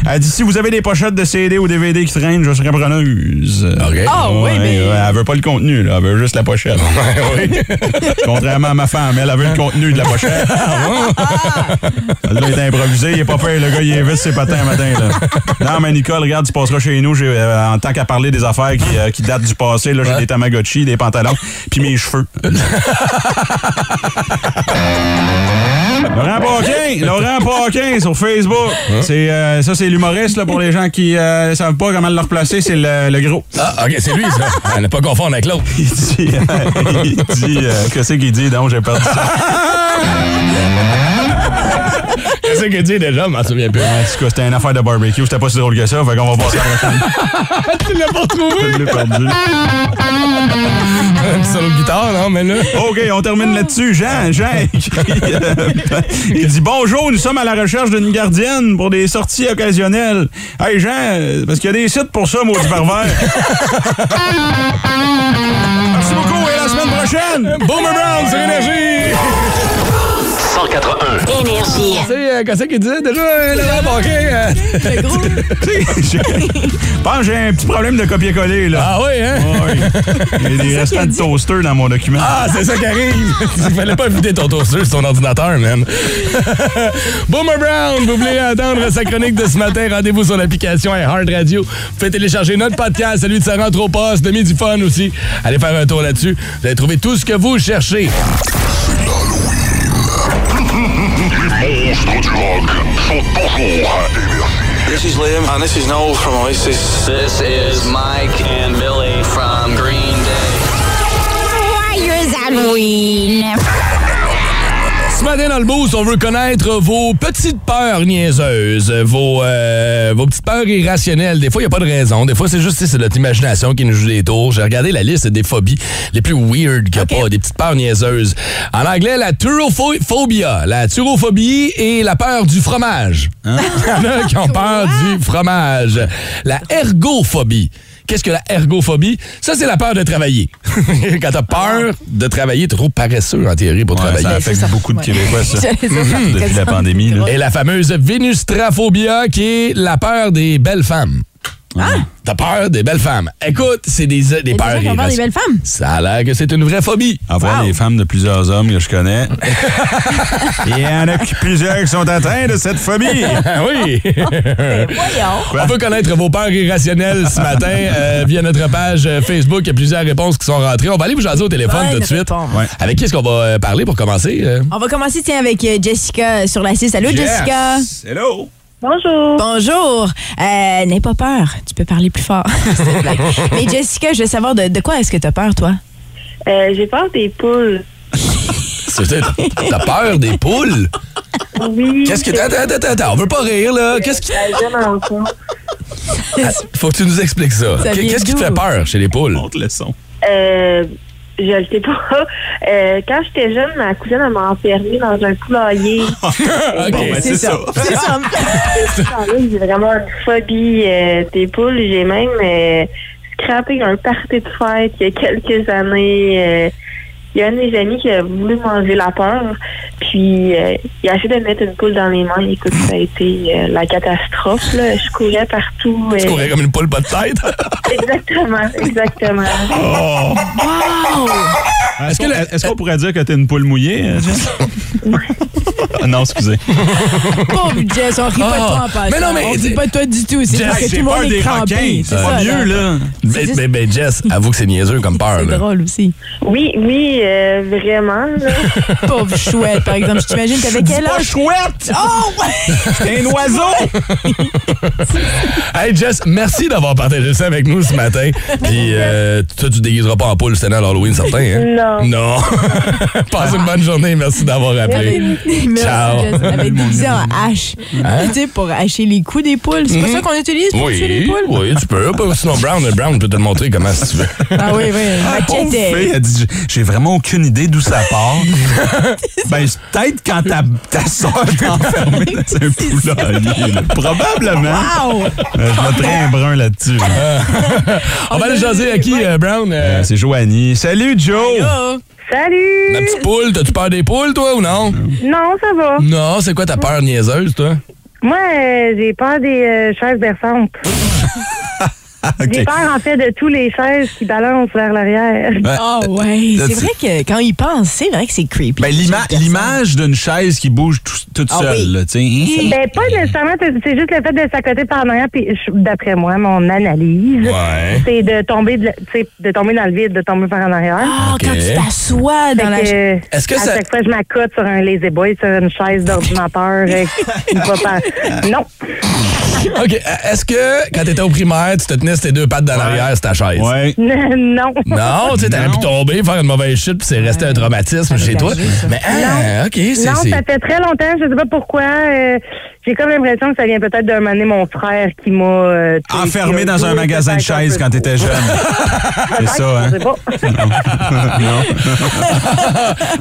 Elle dit si vous avez des pochettes de CD ou DVD qui traînent, je serai preneuse.
OK.
Ah, oui,
Ouais,
mais-
ouais, Elle veut pas le contenu, là. elle veut juste la pochette. Contrairement à ma femme, elle, elle veut le contenu de la pochette. Elle doit être improvisée, il est pas peur, le gars, il invite ses patins un matin. Là. Non, mais Nicole, regarde, tu passeras chez nous, j'ai, euh, en tant qu'à parler des affaires qui, euh, qui datent du passé, là, j'ai des Tamagotchi, des pantalons, puis mes cheveux. Laurent Paquin, Laurent Paquin sur Facebook. C'est, euh, ça, c'est l'humoriste là, pour les gens qui ne savent pas comment le replacer, c'est le, le gros.
Ah, OK, c'est lui, ça. On n'a pas confondre avec l'autre.
Il dit, euh, il dit euh, qu'est-ce qu'il dit? Non, j'ai perdu ça.
Qu'est-ce que dit déjà? Je m'en souviens plus.
En tout cas, c'était une affaire de barbecue. C'était pas si drôle que ça. Fait qu'on va passer à la prochaine.
Tu l'as pas retrouvé?
Je l'ai perdu.
Un petit solo de guitare, non, mais là.
OK, on termine là-dessus. Jean, Jean écrit, euh, il dit Bonjour, nous sommes à la recherche d'une gardienne pour des sorties occasionnelles. Hey Jean, euh, parce qu'il y a des sites pour ça, maudit pervers. Merci beaucoup et à la semaine prochaine.
Boomer Brown, c'est énergie!
181.
Énergie.
Tu sais, euh, qu'est-ce qu'il disait déjà? euh, Laurent Paquin? euh,
Le gros.
Je pense que j'ai un petit problème de copier-coller, là.
Ah oui, hein?
Ouais. Il y a des restants de toaster dans mon document.
Ah, c'est ça qui arrive! Il fallait pas vider ton toaster sur ton ordinateur, man. Boomer Brown, vous voulez entendre sa chronique de ce matin? Rendez-vous sur l'application Hard Radio. Vous pouvez télécharger notre podcast, celui de Sa rentre au poste, de Midi Fun aussi. Allez faire un tour là-dessus. Vous allez trouver tout ce que vous cherchez.
monstres du rock sont toujours à émerger.
This is Liam, and this is Noel from Oasis. This is Mike and Billy from Green Day.
Joyeux Halloween!
Ce matin dans le boost, on veut connaître vos petites peurs niaiseuses, vos, euh, vos petites peurs irrationnelles. Des fois, il n'y a pas de raison. Des fois, c'est juste tu sais, c'est notre imagination qui nous joue des tours. J'ai regardé la liste des phobies les plus weird qu'il n'y a pas, des petites peurs niaiseuses. En anglais, la turophobia, la turophobie et la peur du fromage.
Hein?
Il y en a qui ont peur du fromage. La ergophobie. Qu'est-ce que la ergophobie? Ça, c'est la peur de travailler. Quand t'as peur de travailler, t'es trop paresseux en théorie pour
Ouais,
travailler.
ça affecte
ça.
beaucoup de
Ouais.
Québécois, ça.
J'allais dire, ça
Depuis
fait
la
ça.
pandémie, là.
Et la fameuse vénustraphobia qui est la peur des belles femmes. T'as peur des belles femmes. Écoute, c'est des, euh, des
des Ah! gens
peurs
qui ont peur des
irrationnelles.
belles Ah. femmes?
Ça a l'air que c'est une vraie phobie.
Avoir
Wow.
les femmes de plusieurs hommes que je connais. Il y en a qui- plusieurs qui sont atteints de cette phobie.
Ah oui!
Euh,
Voyons.
On veut connaître vos peurs irrationnelles ce matin euh, via notre page euh, Facebook. Il y a plusieurs réponses qui sont rentrées. On va aller vous jaser au téléphone
Bonne
tout de suite.
réponse.
Ouais.
Avec qui est-ce qu'on va euh, parler pour commencer? euh?
On va commencer tiens, avec euh, Jessica sur la 6. Allô,
Yes.
Jessica?
Hello!
Bonjour.
Bonjour. Euh, N'aie pas peur. Tu peux parler plus fort. C'est une blague. Mais Jessica, je veux savoir de, de quoi est-ce que tu as peur, toi?
Euh, j'ai peur des poules.
Oh,
C'est- T'as peur des poules?
Oui.
Qu'est-ce que... Attends, attends, attends, attends, on veut pas rire, là. Qu'est-ce qui...
La jeune enfant.
Faut que tu nous expliques ça.
Ça vient
Qu'est-ce qui te
d'où?
fait peur chez les poules?
Montre le son.
Euh, je le sais pas. Euh, quand j'étais jeune, ma cousine elle m'a enfermée dans un poulailler.
Ok.
ben, c'est ça.
C'est ça.
Depuis ce temps-là, j'ai vraiment une phobie euh, des poules. J'ai même euh, scrappé un party de fête il y a quelques années. Euh, il y a un de mes amis qui a voulu manger la peur, puis euh, il a essayé de mettre une poule dans les mains. Écoute, ça a été euh, la catastrophe. Là. Je courais partout.
Tu
euh,
courais comme une poule pas de tête.
Exactement, exactement.
Ah.
Est-ce que la- est-ce qu'on pourrait dire que t'es une poule mouillée? euh, Jess? non, excusez.
Pauvre Jess, on rit pas de toi en passant.
Mais non, mais-
On rit pas de toi du tout. C'est
Jess,
parce que tout le monde est crampé. C'est ça, là.
là.
Mais,
juste-
mais- mais Ben, Jess, avoue que c'est niaiseux comme peur.
C'est
là.
drôle aussi.
Oui, oui, euh, vraiment. là.
Pauvre chouette, par exemple. Je t'imagine, t'avais quel âge?
chouette!
Oh! ouais.
T'es un oiseau!
Hey Jess, merci d'avoir partagé ça avec nous ce matin. Puis euh, toi, tu te déguiseras pas en poule cette année à l'Halloween, certain. Hein?
Non.
Non. Passe une bonne journée. Merci d'avoir appelé.
Merci,
Ciao.
Jess. Avec déguisé en hache.
Hein?
Tu sais, pour hacher les coups des poules.
Mhm.
C'est pas ça qu'on utilise pour tuer les
Oui,
poules?
oui, tu peux. Sinon, Brown, euh, Brown peut te le montrer comment si tu veux.
Ah oui, oui. Ma
Pauvre
check-day.
fille, elle dit, j'ai vraiment aucune idée d'où ça part. ben, c'est peut-être quand ta, ta soeur t'a enfermée dans un poulailler. là. Probablement.
Wow!
Euh, je mettrais un brun là-dessus.
On va aller jaser à qui, euh, Brown? Euh,
Euh, c'est Joanie. Salut, Joe!
Oh.
Salut!
la petite poule, t'as-tu peur des poules, toi, ou non?
Non, ça va.
Non, c'est quoi ta peur niaiseuse, toi?
Moi, euh, j'ai peur des euh, chaises berçantes. J'ai peur, en fait, de tous les chaises qui balancent vers l'arrière.
Ben,
Ah ouais,
Là,
c'est
tu-
vrai que quand il pense, c'est vrai que c'est creepy.
Ben, l'ima- l'image d'une chaise qui bouge tout- toute
Ah
seule,
oui.
là, tu sais. hein?
Ben, pas nécessairement, c'est c'est juste le fait de s'accoter par en arrière, puis je- d'après moi, mon analyse,
Ouais.
c'est de tomber de, la- tu sais, de tomber dans le vide, de tomber par en arrière.
Ah,
Ok.
quand tu t'assois dans la...
Fait que,
Est-ce que
à
ça-
chaque fois, je m'accote sur un lazy boy, sur une chaise d'ordinateur, euh, qui va par- Non.
OK. Est-ce que quand t'étais au primaire, tu te tenais sur tes deux pattes dans l'arrière, sur ta chaise?
Ouais.
non.
Non, tu sais, t'aurais
Non.
pu tomber, faire une mauvaise chute, puis c'est resté un traumatisme chez toi.
gagé, ça.
Mais, ah, OK, c'est.
Non,
c'est-
ça fait très longtemps, je sais pas pourquoi. euh, J'ai comme l'impression que ça vient peut-être d'un moment donné, mon frère qui m'a... euh, tué.
Enfermé dans un
Oui,
magasin de
peut-être un
chaises
peu
quand
trop.
t'étais jeune. C'est ça, hein?
Je sais pas.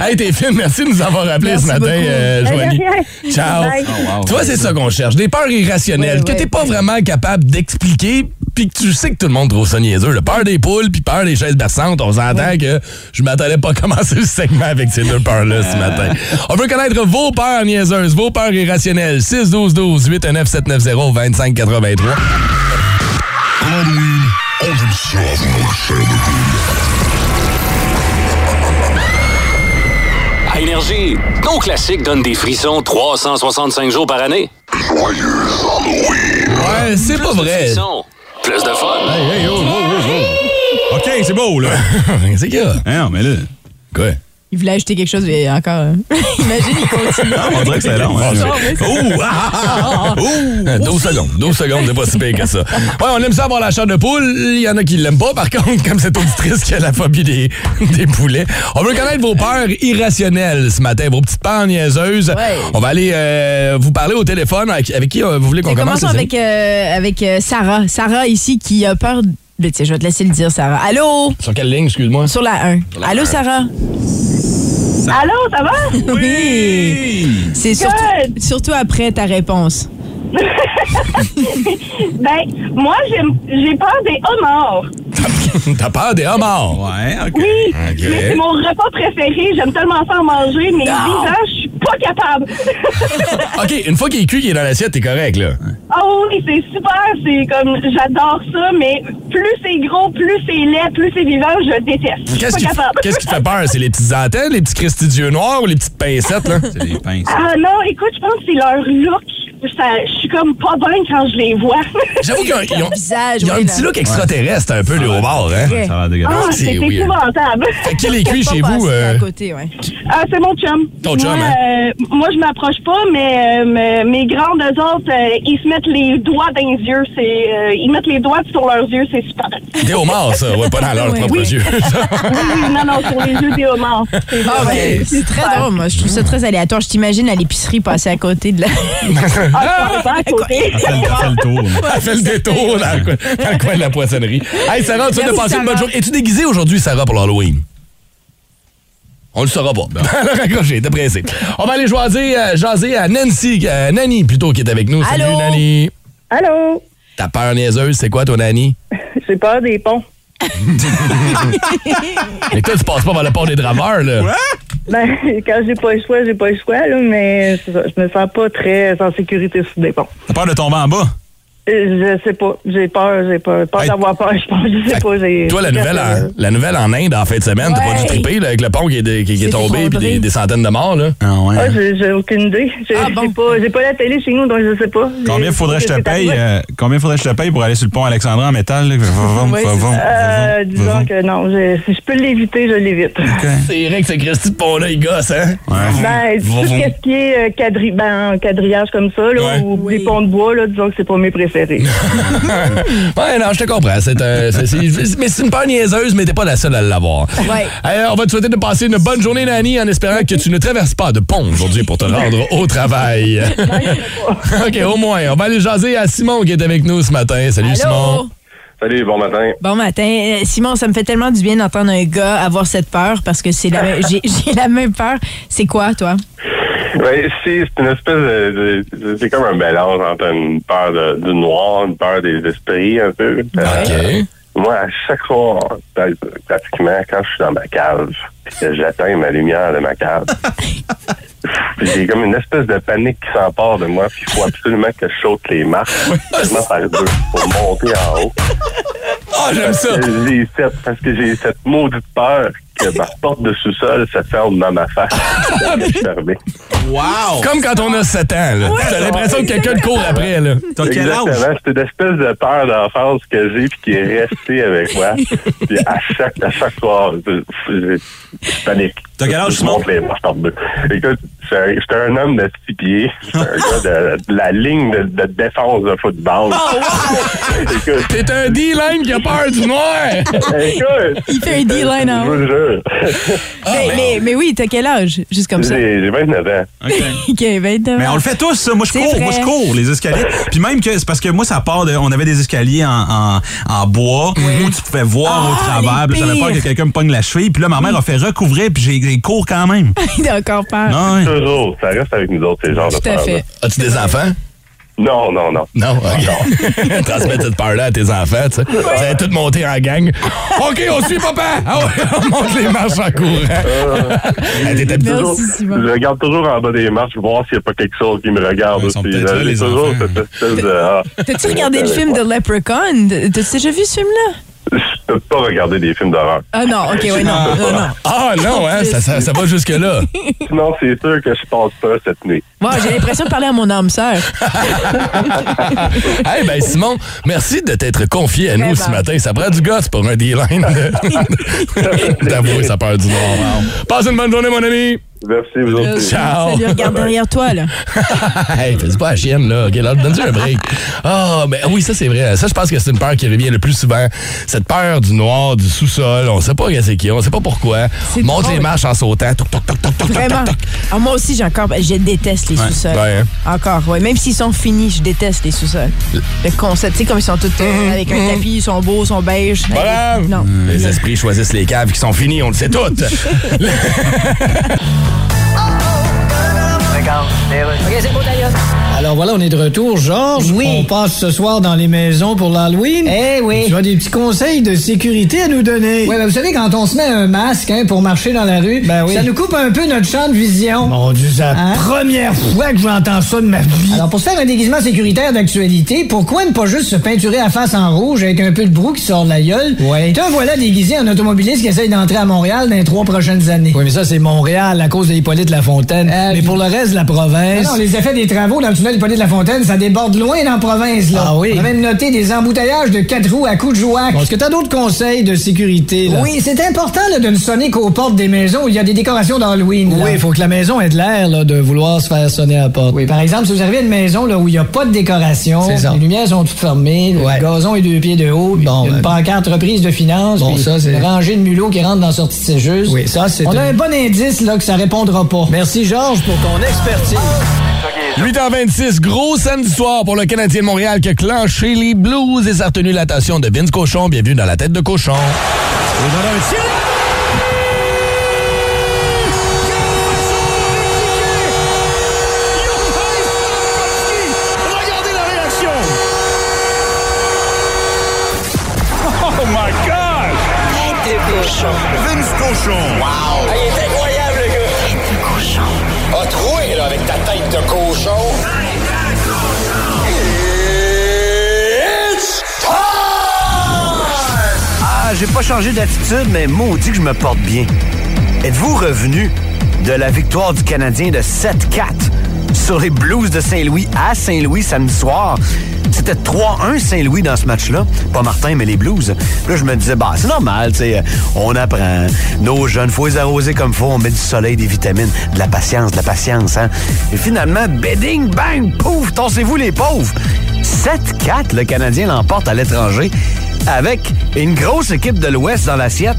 Hey, t'es fine, merci de nous avoir appelés
Merci
ce matin,
beaucoup.
euh, Joanie.
rien.
Ciao.
Bye.
Oh, wow.
Toi, c'est ça qu'on cherche, des peurs irrationnelles
Ouais,
que
ouais,
t'es pas vraiment capable d'expliquer, puis que tu sais que tout le monde trouve ça niaiseux. Le peur des poules, puis peur des chaises berçantes. On s'entend que je m'attendais pas à commencer le segment avec ces deux peurs-là
Ah.
ce matin. On veut connaître vos peurs niaiseuses, vos peurs irrationnelles. 6 12 12 819 790 25 83.
hein?
On aime ça, mon cher
À Énergie, nos classiques donnent des frissons 365 jours par année.
Joyeux Halloween.
Ouais, c'est pas
Plus de
vrai.
frissons, plus de fun.
oh, OK, c'est beau, là.
c'est quoi?
Ah Non, mais là,
Quoi?
Il voulait acheter quelque chose, mais encore. euh, Imagine, il continue.
On dirait que c'est long. hein.
Genre, mais c'est-
Ouh! ah, ah, ah, ouh. 12 secondes. 12 secondes, c'est pas si pire que ça. Ouais, on aime ça avoir la chair de poule. Il y en a qui l'aiment pas, par contre, comme cette auditrice qui a la phobie des, des poulets. On veut connaître vos peurs irrationnelles ce matin, vos petites peurs niaiseuses.
Ouais.
On va aller euh, vous parler au téléphone. Avec, avec qui euh, vous voulez qu'on
Mais
commence?
Commençons
les
avec, euh, avec euh, Sarah. Sarah ici qui a peur. de- Mais tiens, je vais te laisser le dire, Sarah. Allô?
amis? Sur quelle ligne, excuse-moi?
Sur la 1. Allô, Sarah?
Allô, ça va? Euh,
Oui! C'est surtout,
Good!
surtout après ta réponse.
Ben, moi, j'aime- j'ai peur des homards.
T'as peur des homards?
Ouais, OK.
Oui,
Ok.
mais c'est mon repas préféré. J'aime tellement ça en manger, mais
Ah!
vivant, je suis pas capable.
OK, une fois qu'il est cuit, il est dans l'assiette, t'es correct, là.
oh oui, c'est super. C'est comme, j'adore ça, mais plus c'est gros, plus c'est laid, plus c'est vivant, je déteste. Je suis
Qu'est-ce
pas
qui,
capable.
qu'est-ce qui te fait peur? C'est les petites antennes, les petits cristis d'yeux noirs ou les petites pincettes, là?
C'est des pinces.
Ah non, écoute, je pense que c'est leur look. Ça- je suis comme pas bonne quand je les vois.
J'avoue qu'ils ont, ils ont-
visage,
ils ont
oui,
un
là.
petit look extraterrestre, un peu, les homards, hein?
Ça a l'air dégueulasse.
Ah,
c'est
c'est
weird.
épouvantable.
Fait qu'il est cuit
Pas
chez
passé
vous. euh,
à côté, ouais.
Ah, c'est mon chum.
Ton chum,
moi,
hein?
euh, moi, je m'approche pas, mais euh, me- mes grandes eux autres, euh, ils se mettent les doigts dans les yeux. C'est, euh, ils mettent les doigts sur leurs yeux, c'est super. Oui,
Des homards, ça. Ouais, pas dans leurs
Oui.
propres
Oui.
yeux.
oui, non, non, sur les yeux des homards. C'est
Ah,
vraiment-
ouais, c'est très drôle, moi. Je trouve ça très aléatoire. Je t'imagine à l'épicerie passer à côté de la.
Ah, je passe à côté.
Ça fait le- ça fait le tour.
Elle fait le détour dans le, coin, dans le coin de la poissonnerie. Hey, Sarah, tu viens de
Merci,
passer une bonne
Sarah.
journée. Es-tu déguisée aujourd'hui, Sarah, pour l'Halloween? On le saura pas. Raccroché, t'es pressé. On va aller jaser, euh, jaser à Nancy, euh, Nanny plutôt, qui est avec nous. Salut,
Allô?
Nanny.
Allô?
Ta peur niaiseuse, c'est quoi, ton Nanny?
J'ai peur des ponts.
Mais toi, tu passes pas par le port des drameurs, là.
Ben, quand j'ai pas le choix, j'ai pas le choix, là, mais c'est ça, je me sens pas très en sécurité sur des ponts.
T'as peur de tomber en bas?
Euh, Je sais pas, j'ai peur, j'ai peur. Peur
Hey.
d'avoir peur, je pense, je sais pas. j'ai-
Toi, la nouvelle, hein? en, la nouvelle en Inde, en fin de semaine, t'as pas
Ouais.
dû triper là, avec le pont qui est, de- qui- qui est
C'est
tombé et
effondré.
des, des centaines de morts. Là.
Ah ouais.
Ah, j'ai j'ai aucune idée. J'ai
Ah,
j'ai
bon.
pas, j'ai pas la télé chez nous, donc je sais pas.
Combien
J'ai-
faudrait que je te
c'est
paye?
arrivé.
euh, combien faudrait que je te paye pour aller sur le pont Alexandra en métal? là? Va, va, va,
Oui,
va,
c'est
va, va, va,
Euh, disons
va.
que non, je- si je peux l'éviter, je l'évite.
C'est vrai que ce Christy de pont-là, il gosse, hein?
Ben, tout ce qui est euh, quadri- ben, quadrillage comme ça, là,
Ouais.
ou
Oui.
des ponts de bois, là, disons que c'est pas mes préférés.
Ouais, non, je te comprends. C'est un- c'est- c'est- mais c'est une peur niaiseuse, mais t'es pas la seule à l'avoir.
Ouais.
Hey, on va te souhaiter de passer une bonne journée, Nanny, en espérant que tu ne traverses pas de pont aujourd'hui pour te rendre au travail. OK, au moins. On va aller jaser à Simon qui est avec nous ce matin. Salut, Simon.
Allô?
Salut, bon matin.
Bon matin. Euh, Simon, ça me fait tellement du bien d'entendre un gars avoir cette peur parce que c'est la même- j'ai j'ai la même peur. C'est quoi, toi?
Ben, c'est c'est une espèce de, de- c'est comme un mélange entre une peur de- du noir, une peur des esprits un peu. Euh,
OK.
moi, à chaque soir, pratiquement, quand je suis dans ma cave, puis que j'atteins ma lumière de ma cave, j'ai comme une espèce de panique qui s'empare de moi, puis il faut absolument que je saute les marches, seulement par deux, pour monter en haut.
Oh, j'aime ça.
J'ai cette, parce que j'ai cette maudite peur que ma porte de sous-sol se ferme dans ma face. Je suis fermé.
Wow!
Comme quand on a 7 ans, là. T'as l'impression que quelqu'un te court après, là.
T'as quel âge?
Exactement, c'est une espèce de peur d'enfance que j'ai puis qui est restée avec moi. puis à chaque, à chaque soir, je, je- je panique.
T'as quel âge,
Je monte
Simon?
les marches par deux. Écoute, j'étais un homme de six pieds. J'étais un gars de, de la ligne de, de défense de football.
Oh,
écoute,
T'es un D-line qui a peur du noir.
écoute.
Il fait un D-line hein? en
Je
haut.
vous jure. Ah, ben
mais, mais- mais oui, t'as quel âge? Juste comme ça.
J'ai j'ai 29 ans.
Ok, ben, 29
Mais on le fait tous, ça. Moi, je
C'est
cours.
vrai.
Moi, je cours les escaliers. Puis même que, c'est parce que moi, ça part de. On avait des escaliers en, en- en bois où tu pouvais voir
Ah,
au travers.
les
Puis J'avais peur que
pires.
quelqu'un me pogne la cheville. Puis là, ma mère a fait recouvrir. Puis j'ai- j'ai cours quand même.
Il a encore peur.
Ah, ouais.
Toujours, ça reste avec nous autres, ces genres de
Tout à
peurs
fait.
As-tu des enfants?
Non, non, non.
Non, ok. Transmettre cette peur-là à tes enfants, tu sais. Vous allez tout monter en gang. OK, on suit papa! Ah ouais, on monte les marches en courant. Hey, t'es habitué.
Merci,
toujours-
Simon.
Je regarde toujours en bas des marches pour voir s'il n'y a pas quelque chose qui me regarde.
Ils sont
aussi.
peut-être là,
J'ai
les
toujours
enfants.
cette espèce de... ah.
T'as-tu regardé le film de Leprechaun? T'as-tu déjà vu ce film-là?
je peux pas regarder des films d'horreur.
Ah non, ok, oui, non, non, non.
Ah non, hein, ça, ça, ça va jusque-là.
Sinon, c'est sûr que je passe pas cette nuit.
Moi, j'ai l'impression de parler à mon âme sœur.
Eh ben Simon, merci de t'être confié à nous ce matin. Ça prend du gosse pour un D-line de- d'avouer sa peur du noir. Passe une bonne journée, mon ami.
Merci, vous autres.
Ah,
Ciao.
oh.
Salut, regarde derrière toi, là.
hey, fais pas la chienne, là. OK, là, donne-tu un break. Ah, mais oui, ça, c'est vrai. Ça, je pense que c'est une peur qui revient le plus souvent. Cette peur du noir, du sous-sol. On sait pas c'est qui, on sait pas pourquoi.
C'est
Monte
drôle.
les marches en sautant. Toc, toc, toc, toc, toc, toc,
Vraiment.
toc, toc.
Ah, moi aussi, j'ai encore. Je déteste les sous-sols.
Ouais, hein.
Encore, oui. Même s'ils sont finis, je déteste les sous-sols. Le concept, tu sais, comme ils sont tous euh, avec un tapis, ils sont beaux, ils sont beiges.
Voilà.
Non.
Les esprits choisissent les caves qui sont finies, on le sait toutes.
Alors voilà, on est de retour, Georges. Oui. On passe ce soir dans les maisons pour l'Halloween. Eh oui. Tu as des petits conseils de sécurité à nous donner. Oui, ben, vous savez, quand on se met un masque hein, pour marcher dans la rue, ça nous coupe un peu notre champ de vision. Mon Dieu, c'est la première fois que j'entends ça de ma vie. Alors pour se faire un déguisement sécuritaire d'actualité, pourquoi ne pas juste se peinturer à face en rouge avec un peu de brou qui sort de la gueule? Oui. Te voilà déguisé en automobiliste qui essaye d'entrer à Montréal dans les trois prochaines années. Oui, mais ça, c'est Montréal à cause de Hippolyte Lafontaine. mais pour le reste de la province... Non, les effets des travaux dans le tunnel Hippolyte Lafontaine, ça déborde loin dans la province, là. Ah oui? On a même noté des embouteillages de quatre roues à coups de jouac. Est-ce que t'as d'autres conseils de sécurité,
là?
Oui, c'est important, là, de ne sonner qu'aux portes des maisons où il y a des décorations d'Halloween,
Oui,
faut que la maison ait de l'air, là, de vouloir se faire sonner à la porte. Oui, par exemple, si vous arrivez à une maison, là, où il n'y a pas de décoration...
C'est ça.
Les lumières sont toutes fermées, le gazon est deux pieds de haut, puis il y a une pancarte reprise de finances,
Bon,
puis
ça, c'est-
une rangée de mulots qui rentrent dans la sortie de sécheuse.
Oui, ça, c'est
On a
un-
un bon indice, là, que ça répondra pas. Merci, Georges, pour ton expertise.
8h26, gros samedi soir pour le Canadien de Montréal qui a clenché les blues et ça a retenu l'attention de Vince Cochon. Bienvenue dans la tête de cochon. Et voilà un tir.
Regardez la réaction!
Oh my God!
Tête de cochon. Vince cochon. Wow! il est incroyable, le gars! Tête de cochon. A troué, là, avec ta tête de cochon. It's
Ah, j'ai pas changé d'attitude, mais maudit que je me porte bien. Êtes-vous revenu de la victoire du Canadien de 7-4 sur les Blues de Saint-Louis à Saint-Louis samedi soir? C'était 3-1 Saint-Louis dans ce match-là. Pas Martin, mais les Blues. Puis Là, je me disais, bah, c'est normal, tu sais, euh, on apprend. Nos jeunes, faut les arroser comme faut. On met du soleil, des vitamines, de la patience, de la patience, hein. Et finalement, bedding, bang, pouf, torsez-vous les pauvres. 7-4, le Canadien l'emporte à l'étranger avec une grosse équipe de l'Ouest dans l'assiette.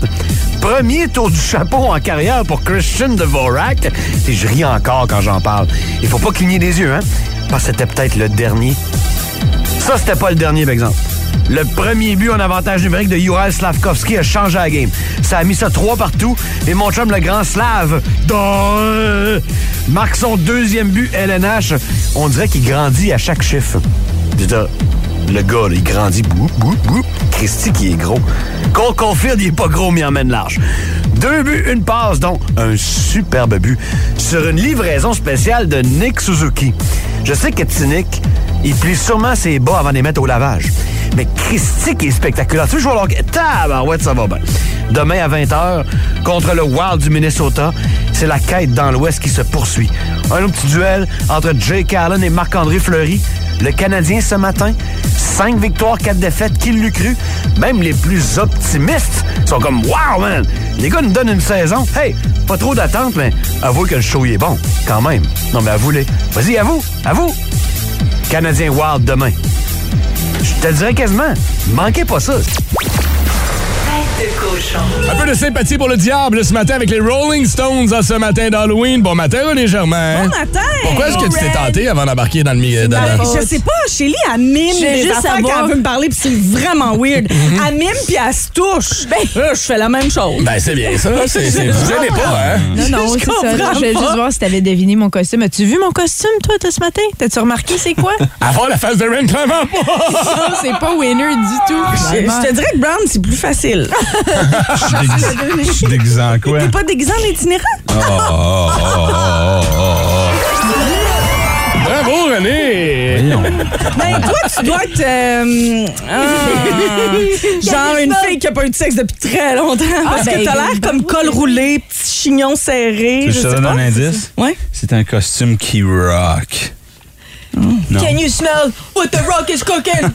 Premier tour du chapeau en carrière pour Christian Dvorak. Et je ris encore quand j'en parle. Il faut pas cligner des yeux, hein? Parce que c'était peut-être le dernier. Ça, c'était pas le dernier, par exemple. Le premier but en avantage numérique de Ural Slavkovski a changé la game. Ça a mis ça trois partout et mon chum, le grand Slav, dans- marque son deuxième but LNH. On dirait qu'il grandit à chaque chiffre. Je veux dire, le gars, là, il grandit. Boup, boup, boup. Christy qui est gros. Qu'on confirme, il est pas gros, mais il emmène large. Deux buts, une passe, donc un superbe but sur une livraison spéciale de Nick Suzuki. Je sais que petit Nick, il plie sûrement ses bas avant de les mettre au lavage. Mais Christy qui est spectaculaire. Tu veux jouer alors Tabarouette, ça va bien. Demain à 20h, contre le Wild du Minnesota, c'est la quête dans l'Ouest qui se poursuit. Un autre petit duel entre Jake Allen et Marc-André Fleury. Le Canadien ce matin, 5 victoires, 4 défaites, qui l'eût cru? Même les plus optimistes sont comme Wow, man! Les gars nous donnent une saison. Hey, pas trop d'attente, mais avouez que le show il est bon, quand même. Non, mais avouez-les. Vas-y, avoue, avoue! Canadien Wild demain. Je te dirais quasiment, manquez pas ça.
Tête de cochon.
Un peu de sympathie pour le diable ce matin avec les Rolling Stones en ce matin d'Halloween. Bon matin, René Germain.
Bon matin!
Pourquoi est-ce que tu t'es
Red.
tenté avant d'embarquer dans le milieu? dans la-
Ah, Je sais pas, Chélie, elle mime
Je veux
des
juste
affaires
savoir.
qu'elle veut me parler, puis c'est vraiment weird.
Mhm.
Elle mime, puis elle se touche. Ben, euh, je fais la même chose.
Ben, c'est bien ça. C'est, c'est, vous gênez pas, hein?
Non, non,
Je
c'est ça.
comprends
Je voulais juste
pas.
voir si t'avais deviné mon costume. As-tu vu mon costume, toi, de ce matin? T'as-tu remarqué c'est quoi?
À voir la face de Ren Clément.
Non, c'est pas winner du tout.
Je, je te dirais que Brown, c'est plus facile.
Ah,
Je suis déguisé- je suis déguisé en quoi? Ah,
T'es pas déguisé en itinérant?
Oh, oh, oh, oh, oh, oh, oh.
Bravo! Bravo, René!
Ben, toi, tu dois être. euh, ah, genre une fille qui a pas eu de sexe depuis très longtemps. Parce
ben,
que t'as l'air comme col roulé, petit chignon serré.
Je
je
te
sais
donne
pas.
un indice.
Ouais.
C'est un costume qui rock. Non.
Can you smell what the rock is cooking?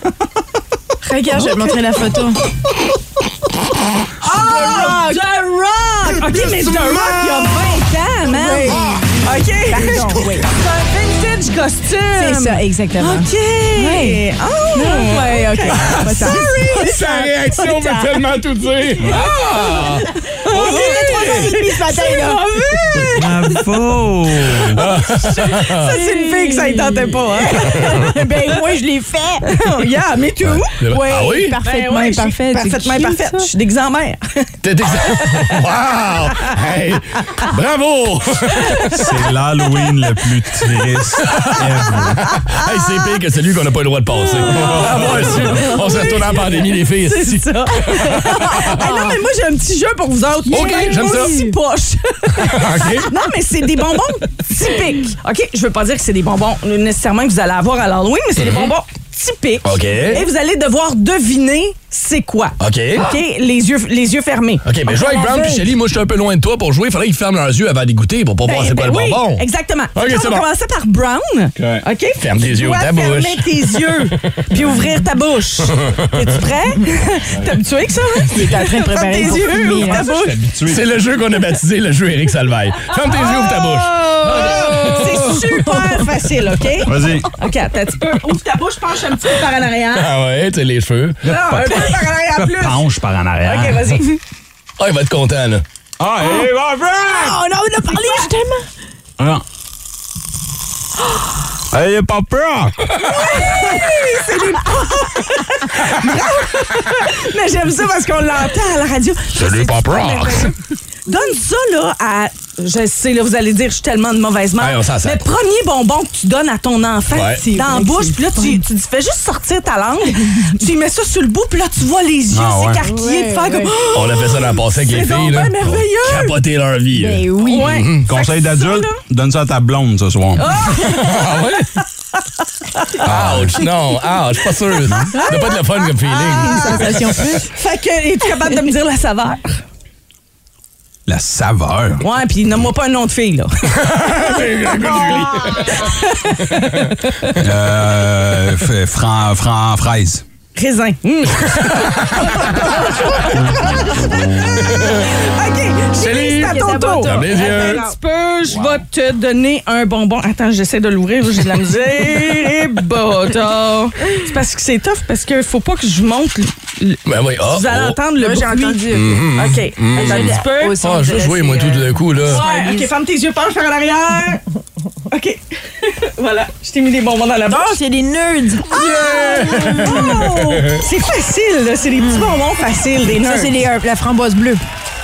Regarde, je vais te montrer la photo.
Ah! The Rock! Ok, mais The Rock, il y a 20 ans, man! Ok!
Pardon, Um, oui.
C'est un vintage costume!
C'est ça, exactement.
Ok! Oh!
Non.
Ouais, ok. Pas tard.
Sorry!
Sa réaction veut tellement tout dire. Ah!
On dirait trois heures et demie ce matin, là.
Bravo!
Ça, c'est une fille que ça ne tentait pas. Hein?
ben moi, je l'ai fait.
Regarde, mais tu
Ouais. Ah oui?
Parfaitement
Ben, ouais,
imparfaite.
je suis Parfaitement
C'est cute,
parfaite.
ça.
Je suis d'examen.
T'es exa- Wow! Hey! Bravo!
C'est l'Halloween le plus triste ever.
Hey, c'est pire que celui qu'on n'a pas le droit de passer. Bravo, monsieur. On se retourne en pandémie, les filles.
Ah. C'est ça. Ah non, mais moi, j'ai un petit jeu pour vous autres.
Ok, j'aime ça.
Aussi poche.
OK.
Non, mais c'est des bonbons typiques. OK, je veux pas dire que c'est des bonbons nécessairement que vous allez avoir à l'Halloween, mais c'est des
Mm-hmm.
bonbons typiques.
OK.
Et vous allez devoir deviner c'est quoi.
OK.
OK, les yeux, les yeux fermés.
OK, mais je joue avec Brown et Shelly. Moi, je suis un peu loin de toi pour jouer. Faudrait qu'ils ferment leurs yeux avant d'y goûter pour pas voir c'est
Ben,
quoi le
ben oui,
bonbon.
Exactement.
OK,
Donc,
c'est
on
bon.
va commencer par Brown. OK?
Ferme tes
Tu
yeux ou
dois
ta bouche.
Fermer tes yeux, puis ouvrir ta bouche. Es-tu prêt? T'es habitué avec ça? hein?
Il est en train de
Ferme
préparer
tes
pour
yeux,
filmer,
ouvre ta
hein.
bouche.
C'est le jeu qu'on a baptisé le jeu Eric Salvaille. Ferme tes yeux, ouvre ta bouche.
Oh!
C'est super facile, OK?
Vas-y.
OK, attends un petit peu. Ouvre ta bouche, penche un petit peu par en arrière.
Ah ouais, tu sais, les cheveux.
Ah, un peu par en arrière plus. OK,
Penche par en arrière.
vas-y.
Ah, il va être content, là.
Ah, hey, my friend!
Oh non, on a parlé,
Ah!
je t'aime.
Non. Hey, pas peur!
Mais j'aime ça parce qu'on l'entend à la radio.
Salut, pas peur.
Donne ça, là, à. Je sais, là, vous allez dire, je suis tellement de mauvaise mère.
Ouais, on s'en sert.
Mais premier bonbon que tu donnes à ton enfant
Ouais.
c'est dans la bouche, puis là, tu, tu dis, fais juste sortir ta langue, tu lui mets ça sur le bout, puis là, tu vois les yeux
Ah, ouais.
s'écarquiller, puis faire comme.
On a fait ça dans le passé avec les
C'est donc
filles, là.
bien merveilleux.
Capoter leur vie. là.
Ben oui.
Ouais.
Conseil
Fait que ça,
d'adulte,
là,
donne ça à ta blonde ce soir.
Ah ouais? Ouch, non, ouch, je suis pas sûr. T'as pas de la fun comme
Ah.
feeling.
Sensation plus.
Fait que, es-tu capable de me dire la saveur?
La saveur.
Ouais, puis nomme-moi pas un nom de fille, là.
Euh, f- fran, fran- fraise.
Raisin. Mm. OK,
Salut.
Chérie, c'est à ton
Salut.
tour.
Ferme les yeux.
Attends un petit peu, je vais te donner un bonbon. Attends, j'essaie de l'ouvrir, j'ai de la misère. Et bâtard. C'est parce que c'est tough, parce qu'il faut pas que je monte. le- le-
Ben oui, oh,
Vous allez
oh. Mm-hmm,
entendre le
Moi, j'ai
bruit.
entendu.
OK, attends un petit peu.
Au son
Ah, je
de-
veux jouer, moi,
c'est,
tout
euh,
d'un coup, là.
Ouais, OK, ferme tes yeux, penche vers l'arrière. OK. voilà, je t'ai mis des bonbons dans la bouche.
Oh, c'est des nerds.
Oh! C'est facile, là. C'est des petits bonbons faciles, des nerds.
Ça, c'est les, euh, la framboise bleue.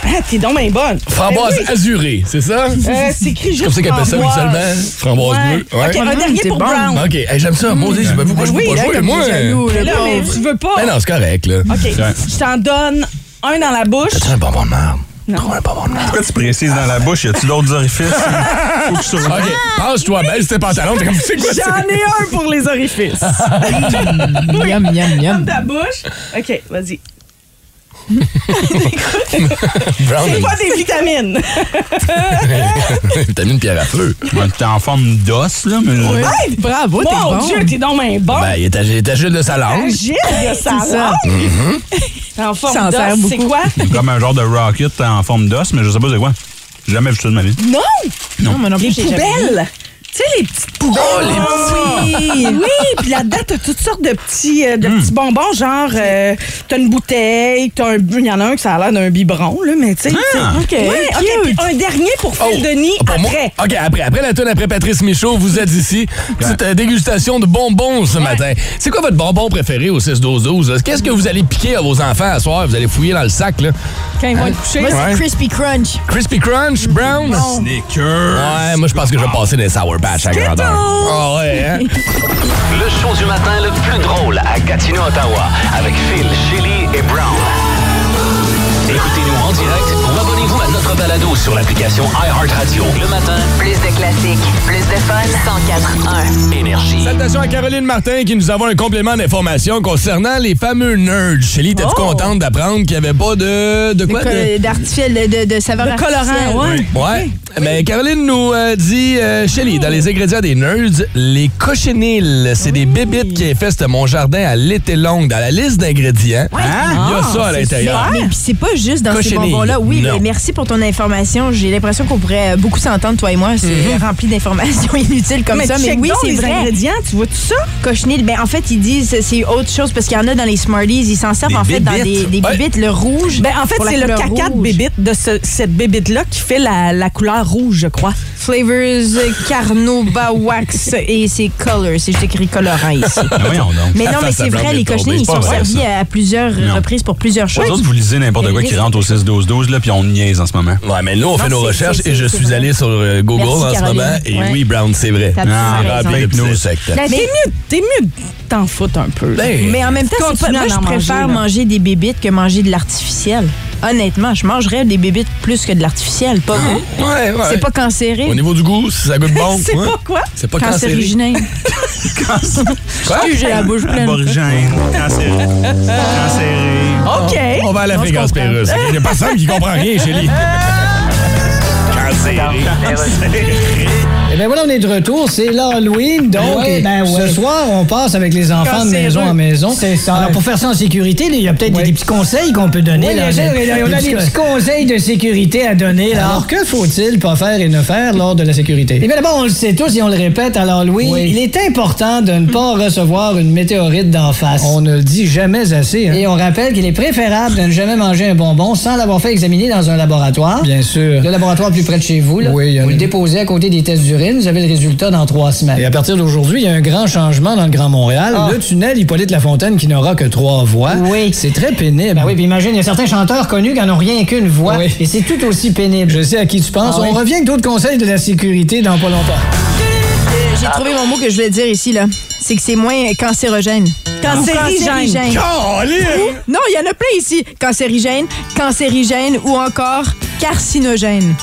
Ah, t'es donc bien bonne.
Framboise
Ben oui.
azurée, c'est ça?
Euh, c'est écrit juste
Comme ça qu'elle appelle ça habituellement? Framboise bleue.
OK,
Ouais.
un dernier pour
bon.
Brown.
OK, hey, j'aime ça. Moi, je sais pas pourquoi je
Oui, là,
peux pas jouer,
comme
moi. hein.
des jaloux,
Mais
euh, le
là, mais
pauvre.
tu veux pas.
Ben non, c'est correct, là.
OK, Ah, je t'en donne un dans la bouche.
T'as-tu un bonbon de merde? Trouve un bonbon de merde.
Pourquoi tu précises dans la bouche? Y a-tu d'autres orifices? Faut que je surveille.
OK, passe-toi belle, c'était pantalon. T'es comme, c'est quoi ça?
J'en ai un pour les orifices.
Miam, miam,
Dans
miam.
ta bouche. OK, vas-y.
Brown,
C'est pas des vitamines.
t'as mis une pierre à feu.
Ouais, T'es en forme d'os, là, mais.
Hey,
Bravo, t'es
Mon
bon.
Dieu, t'es Bah, donc bien bon.
Ben, il est agi- il est agile de sa langue.
Agile de sa
C'est ça.
langue. En forme
S'en sert
d'os, c'est
beaucoup.
quoi?
Comme un genre de rocket en forme d'os, mais je sais pas c'est quoi. J'ai jamais vu ça de ma vie.
Non!
Non, mais non plus,
Les
j'ai jamais vu. Oh,
poubelles! Tu sais, les petites poubelles. Ah, oui! oui, puis là-dedans, t'as toutes sortes de petits, euh, de petits bonbons, genre, euh, t'as une bouteille, t'as un. Il y en a un qui ça a l'air d'un biberon, là, mais tu sais.
OK,
Ouais, Ah! OK, Oh. Ah, puis un dernier pour Phil Denis
Oh, pour moi-
après.
OK, après, après la tune, après Patrice Michaud, vous êtes ici. Petite euh, dégustation de bonbons ce matin. C'est quoi votre bonbon préféré au 6-12-12? là? Qu'est-ce que vous allez piquer à vos enfants à soir? Vous allez fouiller dans le sac, là.
Quand ils vont être couchés.
Moi,
Ouais.
c'est Crispy Crunch.
Crispy Crunch, Brown? Ouais, moi, je pense que je vais passer des Sour Patch à grandeur. Ah ouais, hein?
Le show du matin le plus drôle à Gatineau, Ottawa, avec Phil, Shelly et Brown. Écoutez-nous en direct ou abonnez-vous à notre balado sur l'application iHeartRadio. Le matin,
Plus de classiques, plus de fun. 104.1.
énergie.
Salutations à Caroline Martin qui nous envoie un complément d'information concernant les fameux nerds. Chélie, t'es-tu contente d'apprendre qu'il n'y avait pas de. de quoi? de-
D'artificiel, de, de, de saveur
De colorant,
artificielle.
ouais.
Ouais. Mais Caroline nous euh, dit, euh, Shelly, dans les ingrédients des nerds, les cochenilles, c'est des bébites qui infestent mon jardin à l'été longue. Dans la liste d'ingrédients, il y a
Ah,
ça à
c'est
l'intérieur.
super. Mais puis c'est pas juste dans ces
Cochenille.
bonbons-là. Oui,
Non.
mais merci pour ton information. J'ai l'impression qu'on pourrait euh, beaucoup s'entendre, toi et moi. C'est euh, rempli d'informations inutiles comme
Mais
ça. Mais
check
oui,
donc
c'est
les
vrai.
ingrédients, tu vois tout ça?
Cochenille, ben en fait, ils disent c'est- c'est autre chose parce qu'il y en a dans les Smarties, ils s'en servent
Des
en fait dans des,
bébites.
des
Ouais.
bibites, le rouge.
Ben, en fait,
pour la
c'est le
couleur
caca de
rouge.
bébite de ce- cette bébite-là qui fait la, la couleur rouge, je crois.
Flavors, Carnova Wax et c'est Colors. C'est juste écrit colorant ici.
voyons donc.
Mais
Ça
non, mais
fait
c'est
semblant
vrai,
de
les
tomber.
cochenilles, ils
C'est pas
sont
vrai,
servis
ça.
à plusieurs
Non.
reprises pour plusieurs choses.
Vous autres, vous lisez n'importe quoi qui rentre au 6-12-12, là, puis on niaise en ce moment.
Ouais, mais nous, on fait
Non,
nos
c'est-
recherches
c'est-
et je
c'est
suis
vrai.
allé sur euh, Google
Merci,
en ce
Caroline.
moment et
Ouais.
oui, Brown, c'est vrai.
T'as absolument
Ah,
raison.
rempli de
Fake news. La-
pneus.
T'es mieux, t'es mieux de t'en foutre un peu.
Ben,
Mais en même temps, c'est pas,
Continue
moi,
à en
je préfère
manger, là.
manger des bébites que manger de l'artificiel. Honnêtement, je mangerais des bébites plus que de l'artificiel, pas vous?
Ouais, ouais.
C'est pas cancéré.
Au niveau du goût, ça goûte bon. hein?
C'est
Ouais.
pas quoi?
C'est pas cancérigène.
Cancérigène. Excuse, j'ai la bouche pleine.
Aborigène, cancéré.
OK.
On va à la
On se
fréquence
comprend.
Pérusse. Il n'y a personne qui comprend rien, Chélie.
Eh bien voilà, on est de retour. C'est l'Halloween, donc
Ouais, ben ouais.
ce soir, on passe avec les enfants de
Cancéreux.
maison en maison.
C'est ça.
Alors, pour faire ça en sécurité, il y a peut-être des, petits conseils qu'on peut donner.
Oui,
là,
bien sûr,
Des-
il y a- on a des petits
conseils de sécurité à donner. Là. Alors, que faut-il pas faire et ne faire lors de la sécurité? Eh bien d'abord, on le sait tous et on le répète à l'Halloween, il est important de ne pas recevoir une météorite d'en face. On ne le dit jamais assez. hein. Et on rappelle qu'il est préférable de ne jamais manger un bonbon sans l'avoir fait examiner dans un laboratoire. Bien sûr. Le laboratoire plus près de chez vous, là. vous le déposez à côté des tests d'urine, vous avez le résultat dans trois semaines. ben, Et à partir d'aujourd'hui, il y a un grand changement dans le Grand Montréal.
Ah.
Le tunnel Hippolyte Lafontaine qui n'aura que trois voies. Oui. C'est très pénible.
Ben
oui, puis imagine, il y a certains chanteurs connus qui n'en ont rien qu'une voix. Et c'est tout aussi pénible. Je sais à qui tu penses.
Ah oui.
On revient avec d'autres conseils de la sécurité dans pas longtemps.
Euh, J'ai trouvé mon mot que je voulais dire ici, là. C'est que c'est moins cancérogène.
Cancérigène.
Oh,
Caroline!
Ou- Non, il y en a plein ici. Cancérigène, cancérigène ou encore carcinogène.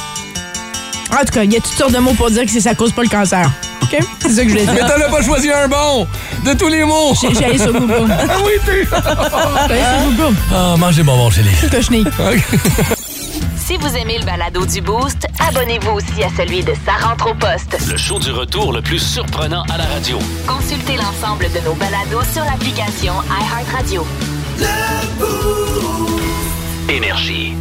En tout cas, il y a toutes sortes de mots pour dire que c'est- ça cause pas le cancer. OK? C'est ça que je voulais dire.
Mais t'en as pas choisi un bon de tous les mots.
J'ai- j'ai allé sur Google.
Ah oui, t'es.
J'ai allé sur Google.
Ah, mange des bonbons, Chélie.
Cochenille.
Si vous aimez le balado du Boost, abonnez-vous aussi à celui de Sa rentre au poste.
Le show du retour le plus surprenant à la radio.
Consultez l'ensemble de nos balados sur l'application iHeartRadio.
Énergie.